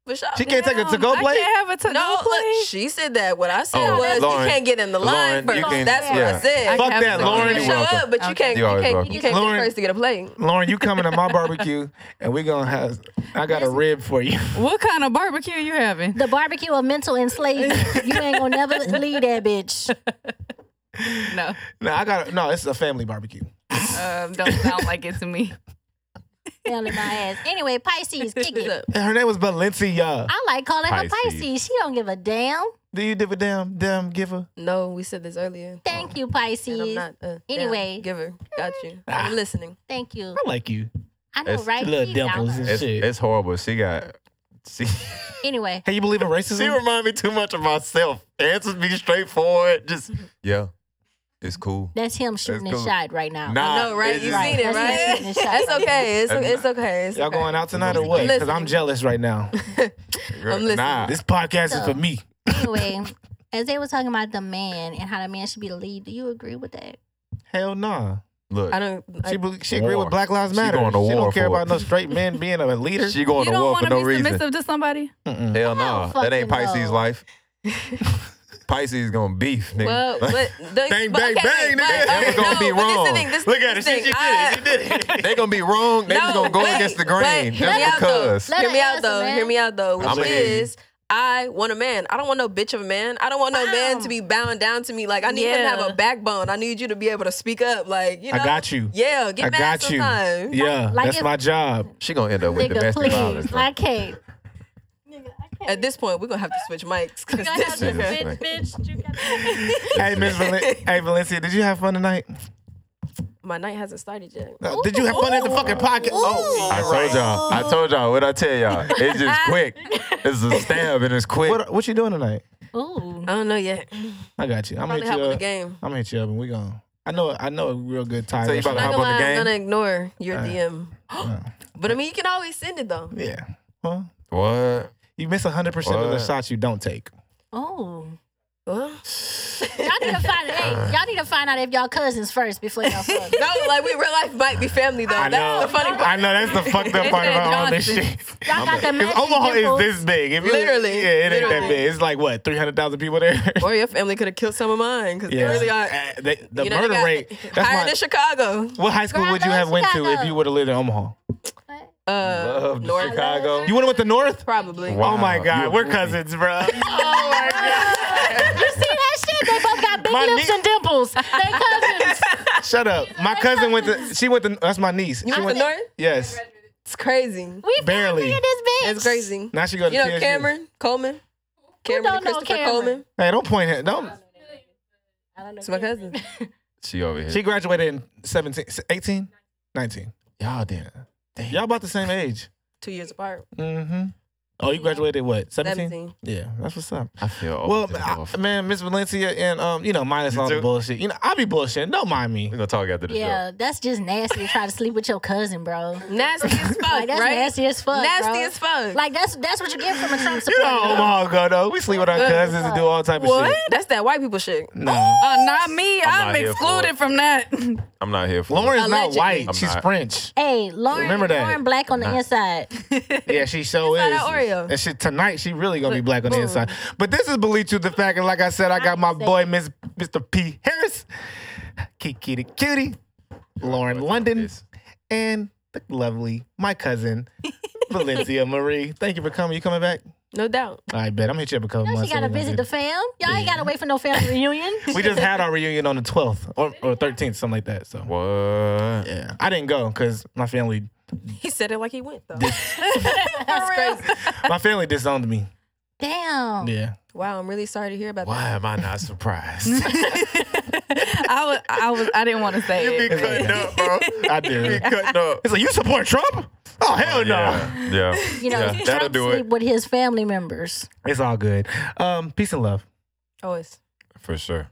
E: for sure.
B: She can't take a
C: Damn,
B: to go
C: I
B: plate.
C: can't have a to-go
E: No, look,
C: plate.
E: she said that. What I said
A: Oh,
E: was
A: Lauren-
E: you can't get in the
A: Lauren,
E: line
A: you
E: first.
A: can-
E: That's what
A: yeah.
E: I said.
C: I
B: Fuck
C: have
B: that,
C: to-
E: you
B: Lauren.
E: can
A: You're
E: show
A: welcome.
E: up, but you
C: Okay.
E: can't. You
A: You're always
E: can't.
A: welcome.
E: You can't be
B: Lauren-
E: first to get a plate.
B: Lauren, you coming to my barbecue, and we gonna have. I got a rib for you. [LAUGHS]
C: What kind of barbecue you having?
D: The barbecue of mental
E: [LAUGHS]
D: enslavement. you ain't gonna never leave that bitch.
C: [LAUGHS] No,
B: No, I got. No, it's a family barbecue.
C: um, don't sound like it to me.
D: Hell in my ass. Anyway, Pisces, kick
E: What's
D: it.
E: up?
B: And her name was Valencia.
D: I like calling her
A: Pisces.
D: Pisces. She don't give a damn.
B: Do you give a damn? Damn, give a.
E: No, we said this earlier.
D: Thank you,
E: And I'm
D: Pisces.
E: not. Uh,
D: Anyway.
E: give her. Got
A: [LAUGHS]
E: you.
A: Ah.
E: I'm listening.
D: Thank you.
B: I like you.
D: I know,
A: It's-
D: right?
B: Little
D: She's
B: dimples
D: down.
B: and
A: It's,
B: shit.
A: it's horrible. She got. She, [LAUGHS]
D: Anyway,
B: Hey, you believe in
A: she
B: racism?
A: remind me too much of myself. Answers me straightforward. Just yeah, it's cool.
D: that's him shooting
A: That's
D: his
A: cool.
D: shot right now.
A: Nah,
E: I know, right?
A: Ah, it's
E: You
A: just-
E: seen it,
D: That's not
E: right?
D: shooting the shot.
E: It's okay. It's,
A: I'm
E: it's okay. It's
B: Y'all
E: okay.
B: going out tonight or what? Because I'm
E: Listen.
B: jealous right now.
E: [LAUGHS] I'm listening.
A: Nah,
B: This podcast is for me.
D: Anyway, as they were talking about the man and how the man should be the lead, do you agree with that?
B: Hell nah.
A: look.
E: I don't. I,
B: She be, she agree
A: War.
B: with Black Lives
A: She
B: Matter. She,
A: going to
B: don't
A: war
B: care
A: for
B: about
A: it.
B: no straight men being a leader.
A: She going
C: you
A: to
C: don't
A: war for
C: want to
A: no
C: be
A: reason.
C: submissive to somebody.
B: Mm-mm.
A: Hell
D: I
A: no,
D: don't
A: that ain't
D: fucking
A: Pisces
D: know.
E: [LAUGHS]
A: life. Pisces gonna beef, nigga. [LAUGHS]
E: well, but the,
A: Bang,
E: but
A: bang,
E: okay,
A: bang,
E: but-
A: nigga.
E: okay,
A: They gonna
E: no,
A: be
E: but this
A: wrong.
E: the thing, this-
A: Look at her.
E: this
A: She,
E: thing,
A: she did
E: I-
A: it. She did it. they gonna be wrong. They just
E: No,
A: gonna go
E: but-
A: against the
E: but
A: grain.
E: hear me
A: Just
E: out, though.
A: because.
D: Let
E: Hear
D: her
E: me out
D: answer,
E: though.
D: man.
E: Hear me out though.
A: I'm
E: Which
A: a-
E: is, I want a man. I don't want no bitch of a man. I don't want no man
D: Wow.
E: to be bound down to me. Like I need him to
C: Yeah.
E: have a backbone. I need you to be able to speak up. Like you know.
B: I got you.
E: Yeah, get
B: I
E: mad
B: got you.
E: sometimes.
B: Yeah,
D: Like
B: that's
D: if-
B: my job.
A: She gonna end up with
D: Nigga,
A: domestic
D: please.
A: violence. bro.
D: I can't.
E: At this point, we're gonna have to switch mics. 'cause
D: We gotta have this
E: this is-
A: is
D: bitch,
A: like-
D: bitch. You
A: [LAUGHS]
D: gotta-
B: hey, Miss Valen-
E: [LAUGHS]
B: hey, Valencia, did you have fun tonight?
E: my night hasn't started yet.
B: No, did you have fun at the fucking podcast? Oh,
A: I told y'all. I told y'all. What I tell y'all? It's
E: [LAUGHS]
A: just quick. It's a stab and it's quick.
B: what what you doing tonight?
D: Ooh.
E: I don't know yet.
B: I got you. I'm gonna
E: Probably
B: hit
E: hop
B: you
E: on the
B: up.
E: game.
B: I'm gonna hit you up and we gone. I know I know a real good time.
A: So you about to
E: Not
A: hop
E: gonna
A: on the
E: lie, I'm
A: game?
E: gonna ignore your
B: Alright.
E: DM.
B: Uh,
E: [GASPS] But I mean, you can always send it though.
B: yeah. Huh?
E: Uh,
A: What?
B: You miss 100% of the
A: What?
B: shots you don't take.
D: Oh.
E: Well,
D: Y'all need to find hey, y'all need to find out if y'all cousins first before y'all
B: [LAUGHS]
D: fuck.
E: no, like we real life might be family though.
B: I
E: That's
B: know.
E: the funny part.
B: I know that's the fucked up
C: They
E: [LAUGHS]
B: part
C: said
B: about all this
C: Johnson.
B: shit.
D: Y'all got the
B: Because
D: magic
B: Omaha is
D: dimples.
B: this big. If you-
E: Literally.
B: yeah, it ain't that
E: Literally.
B: big. It's like what, three hundred thousand people there.
E: Or your family could have killed some of mine
B: [LAUGHS]
E: because
B: yeah,
E: really are.
B: Uh, they- the
E: you know, they
B: murder
E: got [LAUGHS]
B: rate. That's
E: higher
B: my,
E: than Chicago.
B: what high school
D: Girl, I
B: would you
D: love
B: have went to if
D: Chicago.
B: you would have lived in Omaha?
D: What?
E: Uh,
A: Love
E: North
A: Chicago.
B: You would have went to North.
E: probably.
A: Wow,
B: Oh my
A: you a
B: God, we're
A: fool.
B: cousins,
E: [LAUGHS]
B: bro.
D: You see that shit? They both got big
B: My
D: lips
B: nie-
D: and dimples. They
E: [LAUGHS]
D: cousins.
B: Shut up. My cousin went to. She went to. That's my niece. She
E: You went
B: went.
E: to North?
B: Yes.
E: It's crazy.
D: We
B: Barely.
D: barely in this bitch.
E: It's crazy.
B: Now she go to
E: You know
B: TSU.
E: Cameron Coleman? Cameron
D: don't
E: and
D: know
E: Christopher
D: Cameron?
E: Coleman?
B: Hey, don't point at. Don't.
D: I don't know.
E: It's my cousin.
A: She over here.
B: She graduated in 17, 18, 19.
A: y'all damn.
B: Y'all about the same age.
E: [LAUGHS] Two years apart.
B: Mm-hmm. Oh, you graduated what? 17?
E: 17.
B: Yeah, that's what's up.
A: I feel old.
B: Well,
A: as hell.
B: I, man, Miss Valencia and um, you know,
A: Oh,
B: minus
A: You
B: all the
A: too?
B: bullshit. You know, I be bullshitting. Don't mind me.
A: we gonna talk after the show.
D: Yeah, that's just nasty to try to sleep with your cousin, bro.
E: Nasty [LAUGHS] as fuck,
D: Like that's
E: right?
D: nasty as fuck.
E: Nasty
D: bro.
E: as fuck.
D: Like that's that's what you get from a Trump
B: You
D: supporter.
B: know how Omaha go though. We sleep with our cousins and do all type of
E: what?
B: shit.
E: That's that white people shit.
B: No.
C: Uh, not me.
A: I'm
C: I'm,
A: not here for
C: excluded
A: it.
C: from that.
A: I'm not here for.
B: Lauren's not
E: Allegedly.
B: white.
A: I'm
B: She's
A: not.
B: French.
D: Hey, Lauren,
B: Remember that.
D: Lauren black on the
A: Nah.
D: inside.
B: Yeah, she so is.
E: Inside out Oreo.
B: And shit, tonight she really gonna be black on the inside. But this is believed to the fact, and like I said, I got my boy Miss Mr. P Harris, Kiki the cutie, Lauren London,
A: This.
B: and the lovely my cousin Valencia Marie. Thank you for coming. You coming back?
E: No doubt. [LAUGHS]
B: I bet I'm gonna hit you up a couple
D: Now she
B: months.
D: gotta
B: and we're
D: visit
B: gonna
D: the fam. Y'all ain't
B: Yeah.
D: gotta wait for no family reunion.
B: do- [LAUGHS] We just had our reunion on the 12th or, or 13th, something like that. So
A: What?
B: yeah, I didn't go because my family
E: He said it like he went though. That's crazy.
B: my family disowned me.
D: Damn.
B: Yeah.
E: Wow, I'm really sorry to hear about
A: Why
E: that.
A: am I not surprised? [LAUGHS]
C: I was. I was. I didn't want to say it.
A: cutting up, bro.
B: I [LAUGHS] did.
A: cutting up.
B: It's like you support Trump? Oh hell no.
A: Yeah. yeah.
D: You know,
A: Yeah,
D: Trump
A: that'll do it.
D: sleep with his family members.
B: It's all good. Um, peace and love.
E: Always.
A: For sure.